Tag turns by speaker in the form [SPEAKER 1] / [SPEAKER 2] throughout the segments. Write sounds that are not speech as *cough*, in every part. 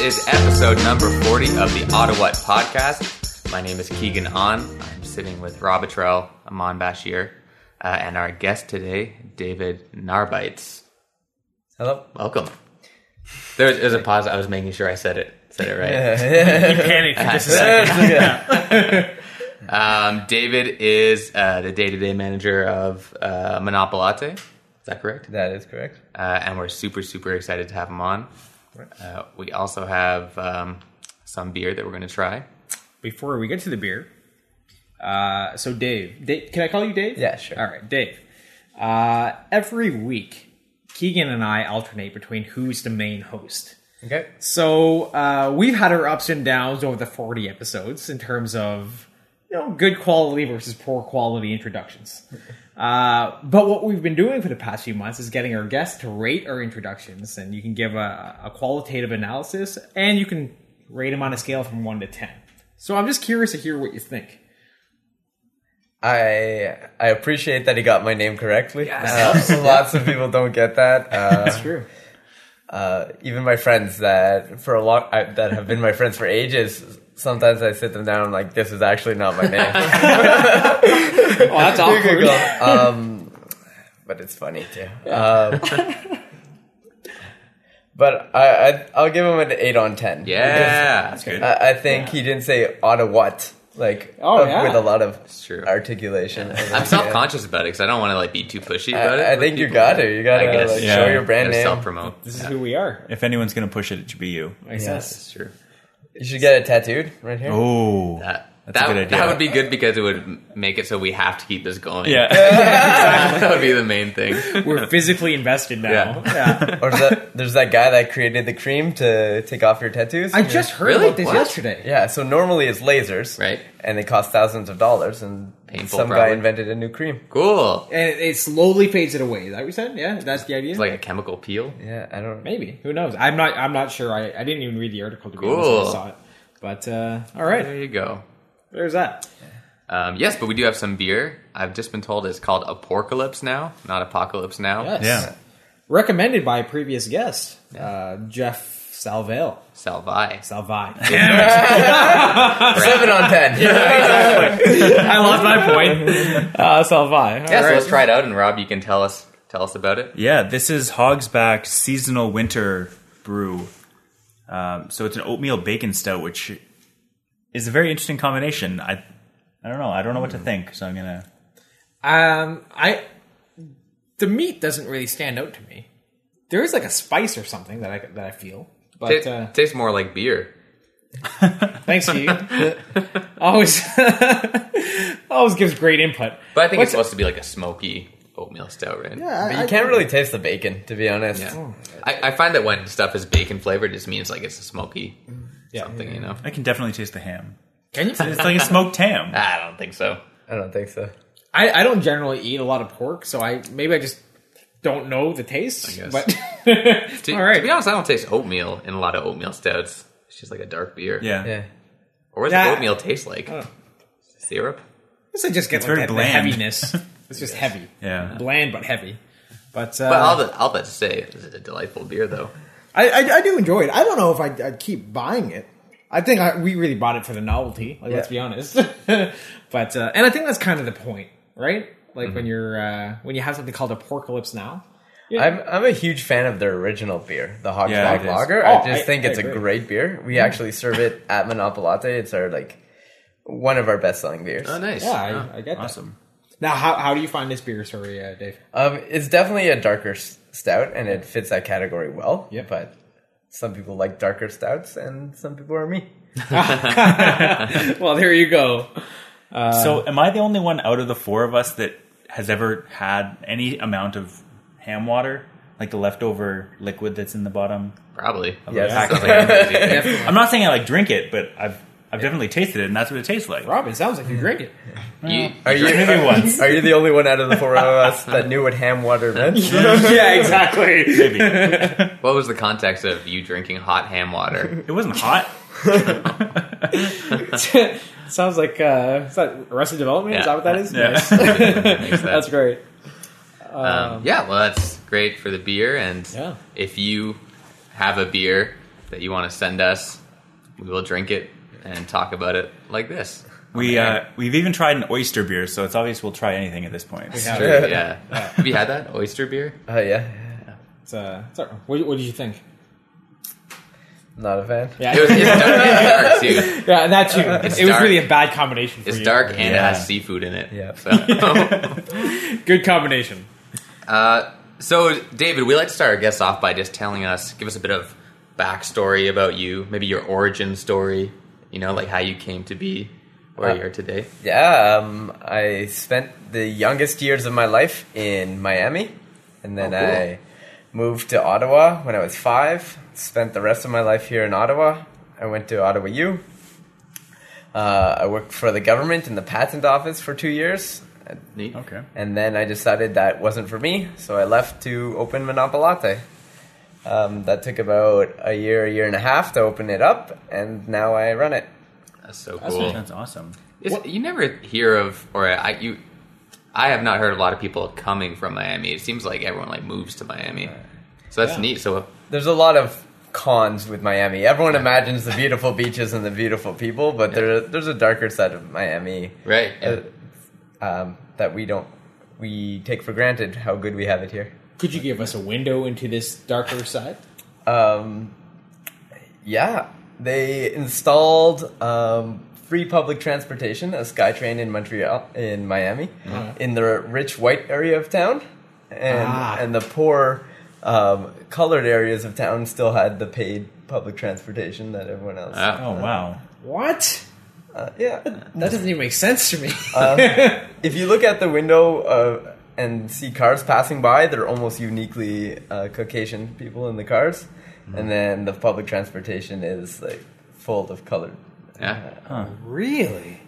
[SPEAKER 1] is episode number 40 of the Ottawa podcast. My name is Keegan On. I'm sitting with Rob Atrell, Amon Bashir, uh, and our guest today, David Narbites.
[SPEAKER 2] Hello.
[SPEAKER 1] Welcome. There was, there was a pause. I was making sure I said it. Said it right.
[SPEAKER 3] He panicked for just a second.
[SPEAKER 2] *laughs*
[SPEAKER 1] Um, David is uh, the day-to-day manager of uh, Monopolate. Is that correct?
[SPEAKER 2] that is correct.
[SPEAKER 1] Uh, and we're super, super excited to have him on. Uh, we also have um, some beer that we're going to try.
[SPEAKER 3] Before we get to the beer, uh, so Dave, Dave, can I call you Dave?
[SPEAKER 2] Yeah, sure.
[SPEAKER 3] All right, Dave. Uh, every week, Keegan and I alternate between who's the main host.
[SPEAKER 2] Okay.
[SPEAKER 3] So uh, we've had our ups and downs over the 40 episodes in terms of you know good quality versus poor quality introductions. Uh, but what we've been doing for the past few months is getting our guests to rate our introductions, and you can give a, a qualitative analysis, and you can rate them on a scale from one to ten. So I'm just curious to hear what you think.
[SPEAKER 2] I I appreciate that he got my name correctly. Uh, *laughs* lots of people don't get
[SPEAKER 3] *laughs*
[SPEAKER 2] that. Uh,
[SPEAKER 3] true.
[SPEAKER 2] uh, even my friends that for a long I, that have been my friends for ages. Sometimes I sit them down. I'm like, this is actually not my name.
[SPEAKER 3] *laughs* Oh,
[SPEAKER 2] *laughs*
[SPEAKER 3] that's awkward.
[SPEAKER 2] um, but it's funny too. Um,
[SPEAKER 3] *laughs*
[SPEAKER 2] but I, I I'll give him an eight on ten.
[SPEAKER 1] Yeah, *laughs* that's good.
[SPEAKER 2] I, I think he didn't say auto what like
[SPEAKER 3] Oh,
[SPEAKER 2] uh,
[SPEAKER 3] yeah.
[SPEAKER 2] with a lot of
[SPEAKER 1] true.
[SPEAKER 2] articulation.
[SPEAKER 1] I'm self conscious about it because I don't want to like be too pushy about it.
[SPEAKER 2] I, I
[SPEAKER 1] with
[SPEAKER 2] think you
[SPEAKER 1] people.
[SPEAKER 2] got to you got
[SPEAKER 1] I
[SPEAKER 2] to
[SPEAKER 1] guess
[SPEAKER 2] like,
[SPEAKER 4] yeah.
[SPEAKER 2] show your brand
[SPEAKER 1] Self
[SPEAKER 2] name.
[SPEAKER 1] promote.
[SPEAKER 3] This is who we are.
[SPEAKER 4] If anyone's gonna push it, it should be you.
[SPEAKER 3] Makes sense.
[SPEAKER 1] *laughs* That's true.
[SPEAKER 2] You should get it tattooed right here.
[SPEAKER 4] Oh,
[SPEAKER 1] That
[SPEAKER 4] That's a
[SPEAKER 1] that,
[SPEAKER 4] good idea.
[SPEAKER 1] that would be good because it would m- make it so we have to keep this going.
[SPEAKER 4] yeah.
[SPEAKER 1] *laughs* that would be the main thing. *laughs*
[SPEAKER 3] We're physically invested now. Yeah.
[SPEAKER 2] Or is that, there's that guy that created the cream to take off your tattoos.
[SPEAKER 3] I just heard
[SPEAKER 1] Really?
[SPEAKER 3] about this
[SPEAKER 1] What?
[SPEAKER 3] yesterday.
[SPEAKER 2] yeah. So normally it's lasers,
[SPEAKER 1] Right.
[SPEAKER 2] And they cost thousands of dollars. And
[SPEAKER 1] Painful,
[SPEAKER 2] some guy
[SPEAKER 1] probably.
[SPEAKER 2] invented a new cream.
[SPEAKER 1] Cool.
[SPEAKER 3] And it, it slowly fades it away. Is that what you said? Yeah, that's the idea.
[SPEAKER 1] It's like a chemical peel.
[SPEAKER 2] Yeah, I don't.
[SPEAKER 3] Maybe. Who knows? I'm not. I'm not sure. I, I didn't even read the article. To be honest,
[SPEAKER 1] Cool.
[SPEAKER 3] when I saw it. But uh, all
[SPEAKER 1] There
[SPEAKER 3] right.
[SPEAKER 1] you go.
[SPEAKER 3] There's that.
[SPEAKER 1] Um, yes, but we do have some beer. I've just been told it's called Apocalypse now, not Apocalypse now.
[SPEAKER 3] Yes.
[SPEAKER 4] Yeah.
[SPEAKER 3] Recommended by a previous guest, uh, Jeff Salvale.
[SPEAKER 1] Salvi.
[SPEAKER 3] Salvai.
[SPEAKER 2] Seven on ten.
[SPEAKER 3] *laughs* I lost my point. *laughs* Uh, Salvai. All
[SPEAKER 1] Yeah, so
[SPEAKER 3] right.
[SPEAKER 1] let's try it out, and Rob, you can tell us tell us about it.
[SPEAKER 4] Yeah, this is Hogsback Seasonal Winter Brew. Um, so it's an oatmeal bacon stout, which is a very interesting combination. I, I don't know. I don't know what to think. So I'm gonna.
[SPEAKER 3] Um, I the meat doesn't really stand out to me. There is like a spice or something that I that I feel. But
[SPEAKER 1] It
[SPEAKER 3] uh,
[SPEAKER 1] tastes more like beer.
[SPEAKER 3] thanks to you, *laughs* always always gives great input.
[SPEAKER 1] But I think
[SPEAKER 3] What's-
[SPEAKER 1] it's supposed to be like a smoky oatmeal stout, right?
[SPEAKER 3] Yeah,
[SPEAKER 2] But
[SPEAKER 3] I-
[SPEAKER 2] you can't really taste the bacon, to be honest.
[SPEAKER 1] Yeah. I, I find that when stuff is bacon flavored, it just means like it's a smoky
[SPEAKER 3] yeah.
[SPEAKER 1] something, you know?
[SPEAKER 4] I can definitely taste the ham.
[SPEAKER 3] Can you?
[SPEAKER 4] It's like a smoked ham.
[SPEAKER 1] I don't think so.
[SPEAKER 2] I don't think so.
[SPEAKER 3] I, I don't generally eat a lot of pork, so I maybe I just don't know the taste.
[SPEAKER 1] I guess.
[SPEAKER 3] But
[SPEAKER 1] To,
[SPEAKER 3] *laughs* all right,
[SPEAKER 1] to be honest, I don't taste oatmeal in a lot of oatmeal stouts. It's just like a dark beer.
[SPEAKER 4] Yeah.
[SPEAKER 2] Yeah.
[SPEAKER 1] Or what
[SPEAKER 3] Yeah.
[SPEAKER 1] does oatmeal taste like?
[SPEAKER 3] don't know.
[SPEAKER 1] Syrup?
[SPEAKER 3] this I just get
[SPEAKER 4] It's
[SPEAKER 3] like
[SPEAKER 4] very
[SPEAKER 3] that, the
[SPEAKER 4] bland.
[SPEAKER 3] heaviness. It's just heavy,
[SPEAKER 4] Yeah.
[SPEAKER 3] bland but heavy. But, uh,
[SPEAKER 1] But all that, all that to say, this is a delightful beer, though.
[SPEAKER 3] I, I I do enjoy it. I don't know if I'd, I'd keep buying it. I think I, we really bought it for the novelty. Like, Let's
[SPEAKER 2] Yeah.
[SPEAKER 3] be honest. *laughs* but uh, and I think that's kind of the point, right? Like when you're uh, when you have something called apocalypse now.
[SPEAKER 2] I'm I'm a huge fan of their original beer, the Hogsback
[SPEAKER 4] Yeah, it is.
[SPEAKER 2] Lager.
[SPEAKER 3] Oh,
[SPEAKER 2] I just
[SPEAKER 3] I-
[SPEAKER 2] think
[SPEAKER 3] I
[SPEAKER 2] it's a
[SPEAKER 3] agree.
[SPEAKER 2] great beer. We actually serve it at Monopolate. It's our like one of our best selling beers.
[SPEAKER 1] Oh, nice.
[SPEAKER 3] Yeah, I, I get that.
[SPEAKER 4] Awesome.
[SPEAKER 3] Now, how, how do you find this beer, sorry, uh, Dave?
[SPEAKER 2] Um, it's definitely a darker s- stout, and it fits that category well.
[SPEAKER 3] Yep.
[SPEAKER 2] But some people like darker stouts, and some people are me.
[SPEAKER 3] well, there you go.
[SPEAKER 4] so am I the only one out of the four of us that has ever had any amount of ham water, like the leftover liquid that's in the bottom?
[SPEAKER 1] Probably.
[SPEAKER 2] Yes.
[SPEAKER 4] Pack
[SPEAKER 1] Sounds like a crazy thing.
[SPEAKER 2] *laughs*
[SPEAKER 4] I'm not saying I like drink it, but I've I've definitely tasted it, and that's what it tastes like.
[SPEAKER 3] Rob, it sounds like you drink it.
[SPEAKER 1] You-
[SPEAKER 2] Are you
[SPEAKER 4] Maybe once.
[SPEAKER 2] Are you the only one out of the four of us that knew what ham water meant?
[SPEAKER 3] yeah, exactly.
[SPEAKER 4] Maybe it
[SPEAKER 1] what was the context of you drinking hot ham
[SPEAKER 3] *laughs*
[SPEAKER 1] water?
[SPEAKER 4] wasn't hot.
[SPEAKER 3] *laughs* sounds like uh, is that Arrested Development? Is
[SPEAKER 1] Yeah.
[SPEAKER 3] that what that is?
[SPEAKER 4] Yeah.
[SPEAKER 1] Makes sense.
[SPEAKER 3] That's great.
[SPEAKER 1] Um, yeah, well, that's great for the beer. And
[SPEAKER 3] Yeah.
[SPEAKER 1] if you have a beer that you want to send us, we will drink it and talk about it like this.
[SPEAKER 4] We uh, we've even tried an oyster beer, so it's obvious we'll try anything at this point.
[SPEAKER 3] have.
[SPEAKER 1] True, yeah. Have you had that oyster beer?
[SPEAKER 2] Oh yeah,
[SPEAKER 3] It's, uh, it's all right. what, what did you think?
[SPEAKER 2] not a fan.
[SPEAKER 3] Yeah,
[SPEAKER 1] It was it's dark, it's dark too.
[SPEAKER 3] *laughs* yeah, that too.
[SPEAKER 1] It's
[SPEAKER 3] it was
[SPEAKER 1] dark.
[SPEAKER 3] really a bad combination. For
[SPEAKER 1] It's
[SPEAKER 3] you.
[SPEAKER 1] dark and it
[SPEAKER 4] Yeah.
[SPEAKER 1] has seafood in it.
[SPEAKER 2] Yeah.
[SPEAKER 1] So. *laughs*
[SPEAKER 3] Good combination.
[SPEAKER 1] So, David, we like to start our guests off by just telling us, give us a bit of backstory about you, maybe your origin story, you know, like how you came to be where
[SPEAKER 2] Uh,
[SPEAKER 1] you are today.
[SPEAKER 2] Yeah, um, I spent the youngest years of my life in Miami, and then
[SPEAKER 1] Oh, cool.
[SPEAKER 2] I moved to Ottawa when I was five. Spent the rest of my life here in Ottawa. I went to Ottawa U. Uh, I worked for the government in the patent office for two years,
[SPEAKER 1] Neat.
[SPEAKER 4] Okay.
[SPEAKER 2] and then I decided that wasn't for me, so I left to open Monopolate. Um, that took about a year, a year and a half to open it up, and now I run it.
[SPEAKER 1] That's so
[SPEAKER 3] That's
[SPEAKER 1] cool.
[SPEAKER 4] That's awesome.
[SPEAKER 1] It's- you never hear of, or I you, I have not heard of a lot of people coming from Miami. It seems like everyone like moves to Miami, so that's
[SPEAKER 3] Yeah.
[SPEAKER 1] neat. So
[SPEAKER 2] there's a lot of cons with Miami. Everyone imagines the beautiful beaches and the beautiful people, but there, there's a darker side of Miami
[SPEAKER 1] right,
[SPEAKER 2] uh, um, that we don't we take for granted how good we have it here.
[SPEAKER 3] Could you give us a window into this darker side?
[SPEAKER 2] Um, yeah, they installed um, free public transportation, a SkyTrain in Montreal, in Miami, in the rich white area of town, and
[SPEAKER 3] Ah.
[SPEAKER 2] and the poor um, colored areas of town still had the paid public transportation that everyone else.
[SPEAKER 1] Wow.
[SPEAKER 4] Oh wow.
[SPEAKER 3] What?
[SPEAKER 2] Uh, yeah,
[SPEAKER 3] That doesn't even make sense *laughs* to me. Uh,
[SPEAKER 2] if you look at the window uh, and see cars passing by, they're almost uniquely uh, Caucasian people in the cars,
[SPEAKER 3] Mm-hmm.
[SPEAKER 2] and then the public transportation is like full of colored.
[SPEAKER 1] yeah,
[SPEAKER 3] really?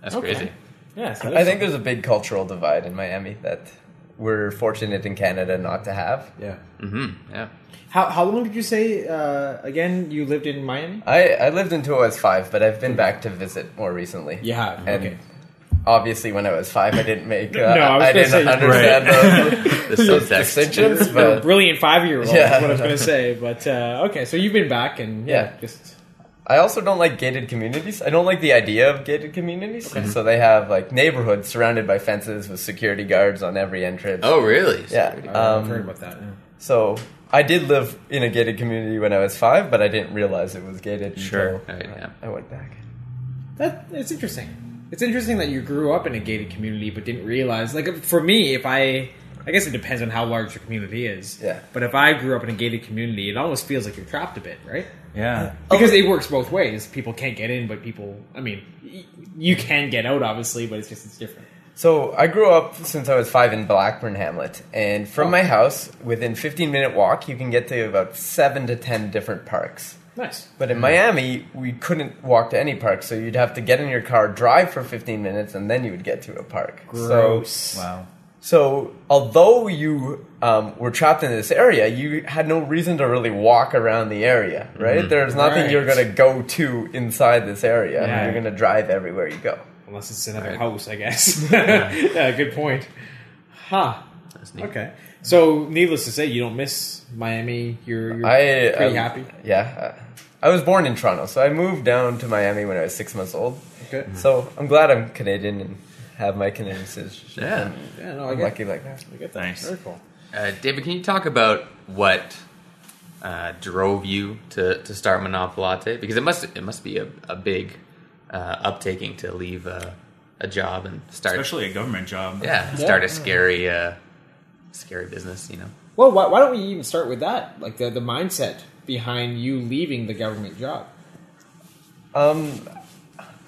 [SPEAKER 1] that's
[SPEAKER 3] Okay.
[SPEAKER 1] crazy.
[SPEAKER 3] Yeah. so
[SPEAKER 2] I think there's a big cultural divide in Miami that we're fortunate in Canada not to have.
[SPEAKER 3] Yeah.
[SPEAKER 1] hmm Yeah,
[SPEAKER 3] How how long did you say uh, again? You lived in Miami.
[SPEAKER 2] I, I lived until I was five, but I've
[SPEAKER 3] Mm-hmm.
[SPEAKER 2] been back to visit more recently.
[SPEAKER 3] You have.
[SPEAKER 1] *laughs*
[SPEAKER 2] And
[SPEAKER 3] okay.
[SPEAKER 2] obviously, when I was five, I didn't make. Uh,
[SPEAKER 3] No, I was
[SPEAKER 2] I,
[SPEAKER 3] gonna
[SPEAKER 2] didn't
[SPEAKER 3] say-
[SPEAKER 2] understand those,
[SPEAKER 3] *laughs*
[SPEAKER 2] *laughs*
[SPEAKER 1] the
[SPEAKER 2] those
[SPEAKER 1] subtext.
[SPEAKER 2] distinctions,
[SPEAKER 3] You're a
[SPEAKER 2] but
[SPEAKER 3] brilliant five year old.
[SPEAKER 2] Yeah.
[SPEAKER 3] is what I was going to say. But uh, okay, so you've been back and yeah,
[SPEAKER 2] Yeah.
[SPEAKER 3] just
[SPEAKER 2] I also don't like gated communities. I don't like the idea of gated communities. So they have like neighborhoods surrounded by fences with security guards on every entrance.
[SPEAKER 1] Oh, really?
[SPEAKER 2] yeah.
[SPEAKER 3] uh, I've
[SPEAKER 2] um,
[SPEAKER 3] heard about that. yeah.
[SPEAKER 2] so I did live in a gated community when I was five, but I didn't realize it was gated
[SPEAKER 4] Sure.
[SPEAKER 2] until
[SPEAKER 1] Right, yeah.
[SPEAKER 2] I went back.
[SPEAKER 3] That it's interesting. It's interesting that you grew up in a gated community but didn't realize. Like for me, if I, I guess it depends on how large your community is.
[SPEAKER 2] Yeah.
[SPEAKER 3] But if I grew up in a gated community, it almost feels like you're trapped a bit, right?
[SPEAKER 4] Yeah.
[SPEAKER 2] Oh,
[SPEAKER 3] Because it works both ways. People can't get in, but people. I mean, y- you can get out, obviously, but it's just it's different.
[SPEAKER 2] So I grew up since I was five in Blackburn Hamlet, and
[SPEAKER 3] Oh.
[SPEAKER 2] from my house, within 15 minute walk, you can get to about seven to ten different parks.
[SPEAKER 3] Nice.
[SPEAKER 2] But in Miami, we couldn't walk to any park, so you'd have to get in your car, drive for 15 minutes, and then you would get to a park. So,
[SPEAKER 3] Gross.
[SPEAKER 4] Wow.
[SPEAKER 2] so although you um, were trapped in this area, you had no reason to really walk around the area, right? There's nothing
[SPEAKER 3] Hmm. Right.
[SPEAKER 2] you're going to go to inside this area.
[SPEAKER 3] Yeah.
[SPEAKER 2] You're going to drive everywhere you go.
[SPEAKER 3] Unless it's another house, I
[SPEAKER 2] *laughs*
[SPEAKER 3] guess. *laughs* yeah, good point. Huh.
[SPEAKER 1] That's neat.
[SPEAKER 3] Okay. So, needless to say, you don't miss Miami. You're, you're
[SPEAKER 2] I
[SPEAKER 3] pretty
[SPEAKER 2] um,
[SPEAKER 3] happy.
[SPEAKER 2] Yeah. I was born in Toronto, so I moved down to Miami when I was six months old.
[SPEAKER 3] Okay.
[SPEAKER 2] So I'm glad I'm Canadian and have my Canadian citizenship.
[SPEAKER 1] Yeah.
[SPEAKER 3] Yeah, no, I
[SPEAKER 2] I'm
[SPEAKER 3] get,
[SPEAKER 2] lucky like that.
[SPEAKER 3] I get that.
[SPEAKER 4] Nice.
[SPEAKER 3] Very cool.
[SPEAKER 1] Uh, David, can you talk about what uh, drove you to, to start Monopolate? Because it must it must be a, a big uh, uptaking to leave a, a job and start
[SPEAKER 4] Especially a government job.
[SPEAKER 1] yeah start a scary uh, scary business. You know,
[SPEAKER 3] Well, why, why don't we even start with that? Like the, the mindset behind you leaving the government job.
[SPEAKER 2] Um,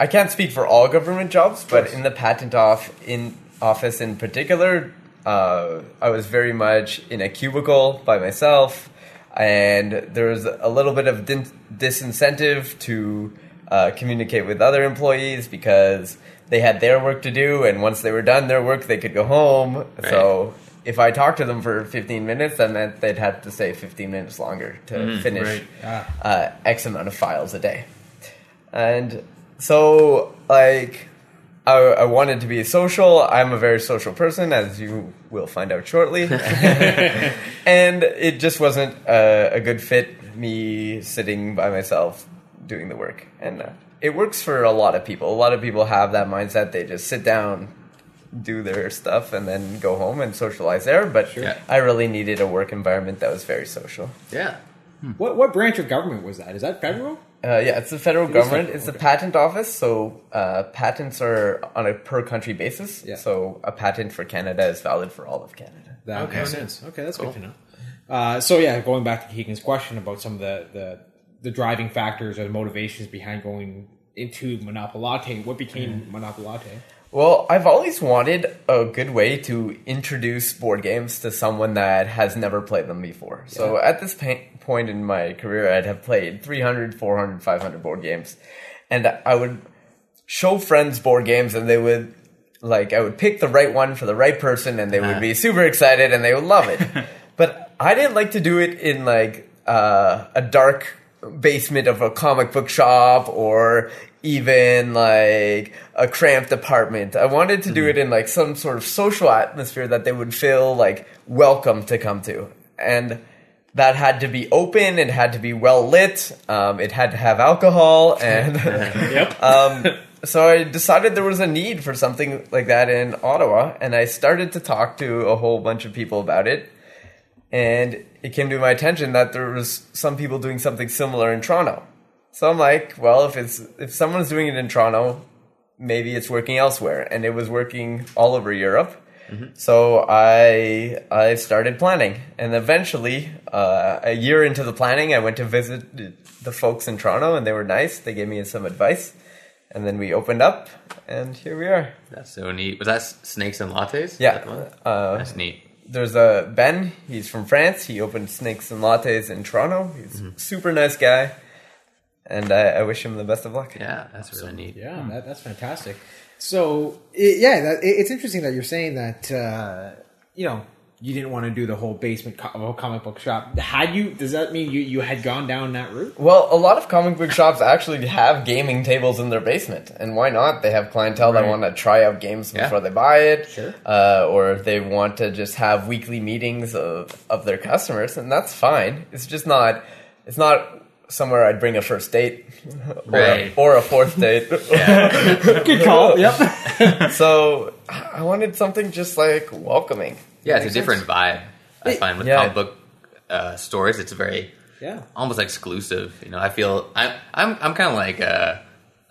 [SPEAKER 2] I can't speak for all government jobs, but in the patent off in office in particular, uh, I was very much in a cubicle by myself, and there was a little bit of din- disincentive to uh, communicate with other employees because they had their work to do, and once they were done their work, they could go home. So. If I talked to them for 15 minutes, that meant they'd have to stay 15 minutes longer to finish
[SPEAKER 4] right.
[SPEAKER 2] uh, X amount of files a day. And so, like, I, I wanted to be social. I'm a very social person, as you *laughs* will find out shortly. and it just wasn't a, a good fit me sitting by myself doing the work, and uh, it works for a lot of people. A lot of people have that mindset; they just sit down, do their stuff, and then go home and socialize there. But
[SPEAKER 1] Yeah.
[SPEAKER 2] I really needed a work environment that was very social.
[SPEAKER 1] Yeah.
[SPEAKER 3] What what branch of government was that? Is that federal?
[SPEAKER 2] Uh, yeah, it's the federal
[SPEAKER 3] is
[SPEAKER 2] government.
[SPEAKER 3] federal,
[SPEAKER 2] it's
[SPEAKER 3] okay.
[SPEAKER 2] the patent office. So uh, patents are on a per country basis.
[SPEAKER 3] Yeah.
[SPEAKER 2] So a patent for Canada is valid for all of Canada.
[SPEAKER 3] That
[SPEAKER 1] Okay.
[SPEAKER 3] makes sense. Okay, that's good to know. Uh, so yeah, going back to Keegan's question about some of the, the the driving factors or the motivations behind going into Monopolate, what became Monopolate?
[SPEAKER 2] Well, I've always wanted a good way to introduce board games to someone that has never played them before. So at this pa- point in my career, I'd have played 300, 400, 500 board games. And I would show friends board games and they would, like, I would pick the right one for the right person and they would be super excited and they would love it. but I didn't like to do it in, like, uh, a dark basement of a comic book shop or even like a cramped apartment. I wanted to do it in like some sort of social atmosphere that they would feel like welcome to come to. And that had to be open, it had to be well lit, um, it had to have alcohol, and
[SPEAKER 3] Yep.
[SPEAKER 2] um, so I decided there was a need for something like that in Ottawa, and I started to talk to a whole bunch of people about it. And it came to my attention that there was some people doing something similar in Toronto. So I'm like, well, if it's if someone's doing it in Toronto, maybe it's working elsewhere, and it was working all over Europe. So I I started planning, and eventually, uh, a year into the planning, I went to visit the folks in Toronto, and they were nice. They gave me some advice, and then we opened up, and here we are.
[SPEAKER 1] That's so neat. Was that S- Snakes and Lattes?
[SPEAKER 2] Yeah.
[SPEAKER 1] That one?
[SPEAKER 2] Uh,
[SPEAKER 1] That's neat.
[SPEAKER 2] there's a Ben. He's from France. He opened Snakes and Lattes in Toronto. He's
[SPEAKER 1] Mm-hmm.
[SPEAKER 2] a super nice guy, and I, I wish him the best of luck.
[SPEAKER 1] Yeah, that's really neat.
[SPEAKER 3] Yeah, that, that's fantastic. Hmm. So it, yeah, that, it, it's interesting that you're saying that. Uh, you know, you didn't want to do the whole basement co- of a comic book shop. Had you? Does that mean you you had gone down that route?
[SPEAKER 2] Well, a lot of comic book shops actually have gaming tables in their basement, and why not? They have clientele that
[SPEAKER 3] Right.
[SPEAKER 2] want to try out games
[SPEAKER 1] Yeah.
[SPEAKER 2] before they buy it,
[SPEAKER 3] Sure.
[SPEAKER 2] uh, or if they want to just have weekly meetings of, of their customers, and that's fine. It's just not. It's not somewhere I'd bring a first date, or,
[SPEAKER 1] Right.
[SPEAKER 2] a, or a
[SPEAKER 3] *laughs*
[SPEAKER 2] fourth date.
[SPEAKER 3] Good call. Yep.
[SPEAKER 2] so I wanted something just like welcoming.
[SPEAKER 1] Yeah, it's a
[SPEAKER 3] makes
[SPEAKER 1] different vibe. I
[SPEAKER 3] It-
[SPEAKER 1] find with
[SPEAKER 2] Yeah.
[SPEAKER 1] comic book uh, stores, it's very
[SPEAKER 3] Yeah.
[SPEAKER 1] almost exclusive. You know, I feel I, I'm I'm kind of like a,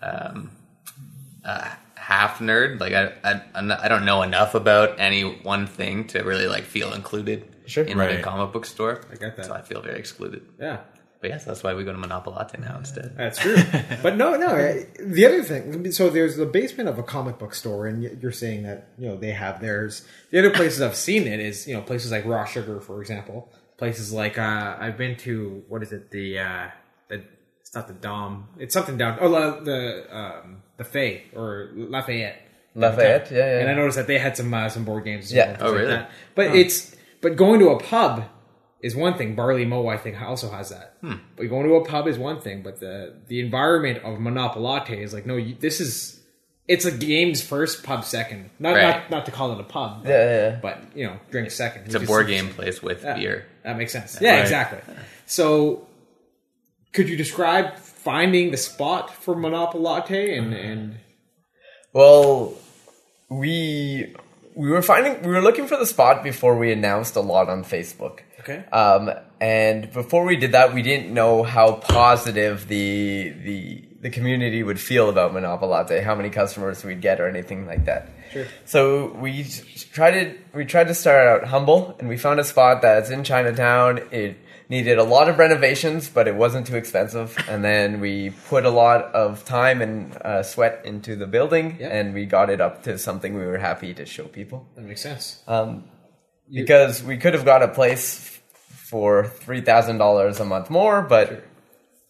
[SPEAKER 1] um, a half nerd. Like I, I I'm not- I don't know enough about any one thing to really like feel included
[SPEAKER 2] Sure.
[SPEAKER 1] in like a
[SPEAKER 4] Right.
[SPEAKER 1] comic book store. I
[SPEAKER 3] get that.
[SPEAKER 1] So I feel very excluded.
[SPEAKER 3] Yeah.
[SPEAKER 1] But yes, that's why we go to Monopolate now instead.
[SPEAKER 3] That's true. but no, no. eh, The other thing, so there's the basement of a comic book store, and y- you're saying that you know they have theirs. The other places I've seen it is you know places like Raw Sugar, for example. Places like uh, I've been to what is it the uh, the it's not the Dom, it's something down oh la, the um, the Fay or Lafayette.
[SPEAKER 2] Lafayette, yeah, yeah.
[SPEAKER 3] And I noticed that they had some uh, some board games. as
[SPEAKER 2] Yeah.
[SPEAKER 3] well, things
[SPEAKER 1] Oh, really?
[SPEAKER 3] that. But it's but going to a pub is one thing. Barley Mo, I think, also has that.
[SPEAKER 1] Hmm.
[SPEAKER 3] But going to a pub is one thing. But the the environment of Monopolate is like, no, you, this is it's a games first, pub second. Not
[SPEAKER 1] Right.
[SPEAKER 3] not not to call it a pub. But,
[SPEAKER 2] Yeah, yeah, yeah.
[SPEAKER 3] But you know, drink second.
[SPEAKER 1] It's a board game place with
[SPEAKER 2] *laughs*
[SPEAKER 1] beer.
[SPEAKER 3] That makes sense. Yeah,
[SPEAKER 4] Right.
[SPEAKER 3] exactly. So, could you describe finding the spot for Monopolate and
[SPEAKER 2] Mm.
[SPEAKER 3] and
[SPEAKER 2] Well, we we were finding we were looking for the spot before we announced a lot on Facebook.
[SPEAKER 3] okay?
[SPEAKER 2] Um, and before we did that, we didn't know how positive the the the community would feel about Monopolate, how many customers we'd get, or anything like that.
[SPEAKER 3] Sure.
[SPEAKER 2] So we s- tried to we tried to start out humble, and we found a spot that's in Chinatown. It needed a lot of renovations, but it wasn't too expensive. And then we put a lot of time and uh, sweat into the building,
[SPEAKER 3] Yep.
[SPEAKER 2] and we got it up to something we were happy to show people
[SPEAKER 3] That makes sense.
[SPEAKER 2] because we could have got a place f- for three thousand dollars a month more, but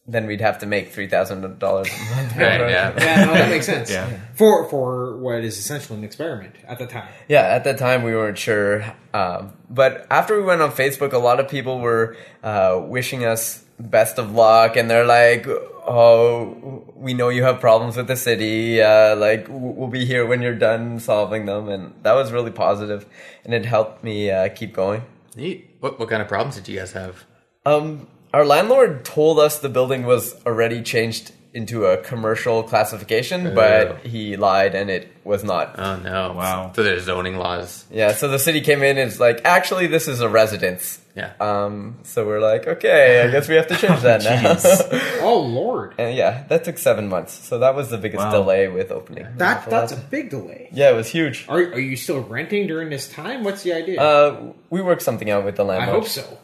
[SPEAKER 2] then we'd have to make three thousand dollars a month. *laughs* more.
[SPEAKER 1] Right, yeah.
[SPEAKER 3] *laughs* yeah, no, that makes sense.
[SPEAKER 4] Yeah.
[SPEAKER 3] For for what is essentially an experiment at the time.
[SPEAKER 2] Yeah, at that time we weren't sure, um, but after we went on Facebook, a lot of people were uh, wishing us best of luck, and they're like, "Oh, we know you have problems with the city. Uh, like, w- we'll be here when you're done solving them," and that was really positive, and it helped me uh, keep going.
[SPEAKER 1] Neat. What what kind of problems did you guys have?
[SPEAKER 2] Um, our landlord told us the building was already changed into a commercial classification, but he lied and it was not.
[SPEAKER 3] Uh.
[SPEAKER 1] Oh no!
[SPEAKER 4] Wow.
[SPEAKER 1] So there's zoning laws.
[SPEAKER 2] Yeah, so the city came in and was like, actually, this is a residence.
[SPEAKER 1] Yeah.
[SPEAKER 2] Um, so we're like, okay, I guess we have to
[SPEAKER 3] *laughs*
[SPEAKER 2] change that now.
[SPEAKER 3] Oh lord,
[SPEAKER 2] *laughs* and yeah, that took seven months. So that was the biggest
[SPEAKER 4] Wow.
[SPEAKER 2] delay with opening.
[SPEAKER 3] that that's a big delay.
[SPEAKER 2] yeah, it was huge.
[SPEAKER 3] Are are you still renting during this time? What's the idea?
[SPEAKER 2] Uh, we worked something out with the
[SPEAKER 3] I
[SPEAKER 2] landlord.
[SPEAKER 3] hope so.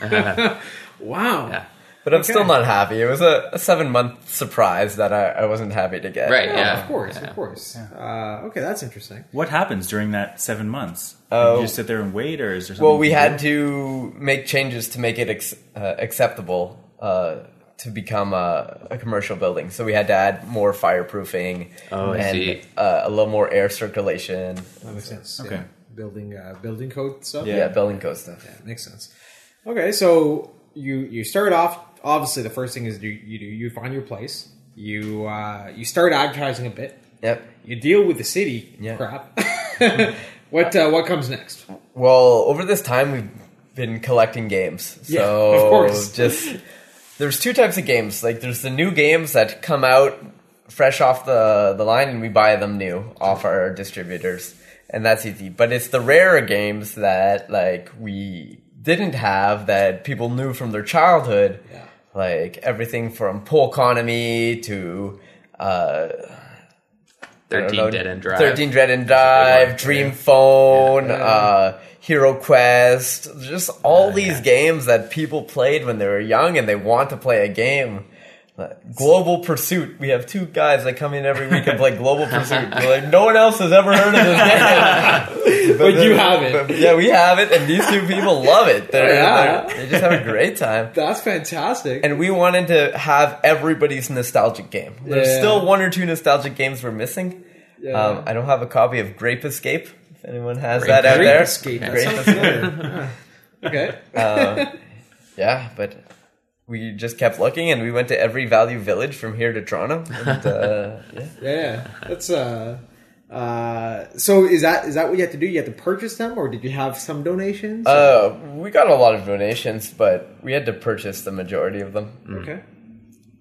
[SPEAKER 3] *laughs* wow.
[SPEAKER 1] Yeah.
[SPEAKER 2] But I'm still
[SPEAKER 3] Okay.
[SPEAKER 2] not happy. It was a, a seven month surprise that I, I wasn't happy to get.
[SPEAKER 1] Right.
[SPEAKER 3] Yeah,
[SPEAKER 1] yeah.
[SPEAKER 3] of course,
[SPEAKER 1] Yeah.
[SPEAKER 3] of course. Uh, okay, that's interesting.
[SPEAKER 4] What happens during that seven months?
[SPEAKER 2] Oh.
[SPEAKER 4] you just sit there and wait, or is there something?
[SPEAKER 2] Well, we
[SPEAKER 4] you
[SPEAKER 2] had
[SPEAKER 4] do?
[SPEAKER 2] to make changes to make it ex- uh, acceptable uh, to become a, a commercial building. So we had to add more fireproofing
[SPEAKER 1] Oh, I
[SPEAKER 2] and
[SPEAKER 1] see.
[SPEAKER 2] Uh, a little more air circulation.
[SPEAKER 3] That makes sense.
[SPEAKER 4] Okay.
[SPEAKER 3] yeah. Building uh, building code stuff.
[SPEAKER 2] Yeah, building code stuff.
[SPEAKER 3] That makes sense. Okay, so you you start off. Obviously, the first thing is you you do you find your place. You uh, you start advertising a bit.
[SPEAKER 2] Yep.
[SPEAKER 3] You deal with the city
[SPEAKER 2] Yeah.
[SPEAKER 3] crap. *laughs* what uh, what comes next?
[SPEAKER 2] Well, over this time we've been collecting games. So
[SPEAKER 3] Yeah, of course.
[SPEAKER 2] *laughs* just there's two types of games. Like there's the new games that come out fresh off the the line and we buy them new off our distributors. And that's easy. But it's the rarer games that like we didn't have that people knew from their childhood.
[SPEAKER 3] Yeah.
[SPEAKER 2] Like everything from Pool Economy to uh, I don't
[SPEAKER 1] Thirteen
[SPEAKER 2] know,
[SPEAKER 1] dead end drive.
[SPEAKER 2] 13 Dread and
[SPEAKER 1] That's a good
[SPEAKER 2] Dive,
[SPEAKER 1] one.
[SPEAKER 2] Dream
[SPEAKER 1] Yeah.
[SPEAKER 2] Phone, Uh, Hero Quest, just all
[SPEAKER 1] Uh,
[SPEAKER 2] these games that people played when they were young and they want to play a game. Uh, Global Pursuit. We have two guys that come in every week and play Global Pursuit. We're like, no one else has ever heard of this
[SPEAKER 1] *laughs*
[SPEAKER 2] game.
[SPEAKER 3] But you have it.
[SPEAKER 2] but yeah, we have it, and these two people love it. They're,
[SPEAKER 3] Yeah.
[SPEAKER 2] they're- they just have a great time
[SPEAKER 3] That's fantastic.
[SPEAKER 2] and we wanted to have everybody's nostalgic game. There's
[SPEAKER 3] Yeah.
[SPEAKER 2] still one or two nostalgic games we're missing.
[SPEAKER 3] Yeah.
[SPEAKER 2] Um, I don't have a copy of Grape Escape. If anyone has
[SPEAKER 1] Grape-
[SPEAKER 2] that out
[SPEAKER 3] Great
[SPEAKER 2] there,
[SPEAKER 3] escape. That
[SPEAKER 2] Great Uh,
[SPEAKER 3] sounds
[SPEAKER 2] escape. *laughs*
[SPEAKER 3] familiar. Yeah. okay.
[SPEAKER 2] yeah, but we just kept looking, and we went to every Value Village from here
[SPEAKER 3] *laughs*
[SPEAKER 2] to Toronto. And, uh, yeah.
[SPEAKER 3] yeah. That's uh. Uh, so is that is that what you have to do? You have to purchase them, or did you have some donations?
[SPEAKER 2] uh, we got a lot of donations, but we had to purchase the majority of them.
[SPEAKER 3] Okay.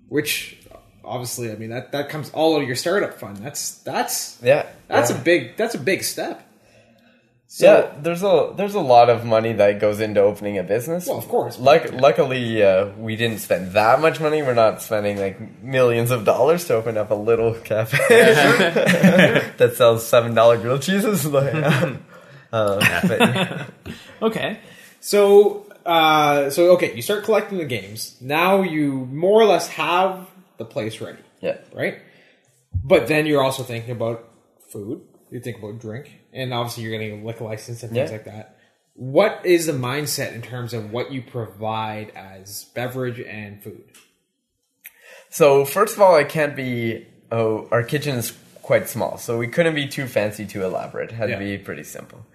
[SPEAKER 3] Which obviously, I mean that that comes all out of your startup fund. That's that's
[SPEAKER 2] Yeah,
[SPEAKER 3] that's
[SPEAKER 2] yeah.
[SPEAKER 3] a big that's a big step. So,
[SPEAKER 2] yeah. There's a there's a lot of money that goes into opening a business.
[SPEAKER 3] Well, of course.
[SPEAKER 2] Luck- luckily, uh, we didn't spend that much money. We're not spending like millions of dollars to open up a
[SPEAKER 3] *laughs*
[SPEAKER 2] little cafe *laughs* that sells seven dollar grilled cheeses. *laughs* Like, uh, uh, but-
[SPEAKER 3] Okay. So uh so okay, you start collecting the games. Now you more or less have the place ready,
[SPEAKER 2] yeah,
[SPEAKER 3] right? But then you're also thinking about food, you think about drink, and obviously you're getting a liquor license and things
[SPEAKER 2] Yeah.
[SPEAKER 3] like that. What is the mindset in terms of what you provide as beverage and food?
[SPEAKER 2] So first of all, it can't be. Oh, our kitchen is quite small, so we couldn't be too fancy, too elaborate. Had
[SPEAKER 3] Yeah.
[SPEAKER 2] to be pretty simple.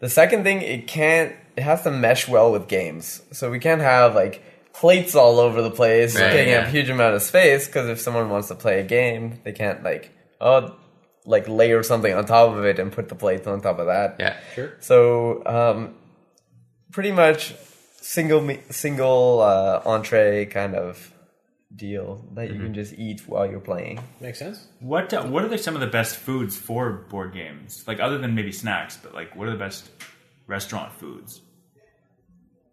[SPEAKER 2] The second thing, it can't. It has to mesh well with games, so we can't have like plates all over the place,
[SPEAKER 1] Right,
[SPEAKER 2] taking
[SPEAKER 1] yeah.
[SPEAKER 2] up huge amount of space. Because if someone wants to play a game, they can't like oh, like layer something on top of it and put the plates on top of that.
[SPEAKER 1] Yeah.
[SPEAKER 3] Sure.
[SPEAKER 2] So um, pretty much single me- single uh, entree kind of deal that you
[SPEAKER 4] Mm-hmm.
[SPEAKER 2] can just eat while you're playing.
[SPEAKER 3] Makes sense?
[SPEAKER 4] What uh, What are like some of the best foods for board games? Like other than maybe snacks, but like what are the best restaurant foods?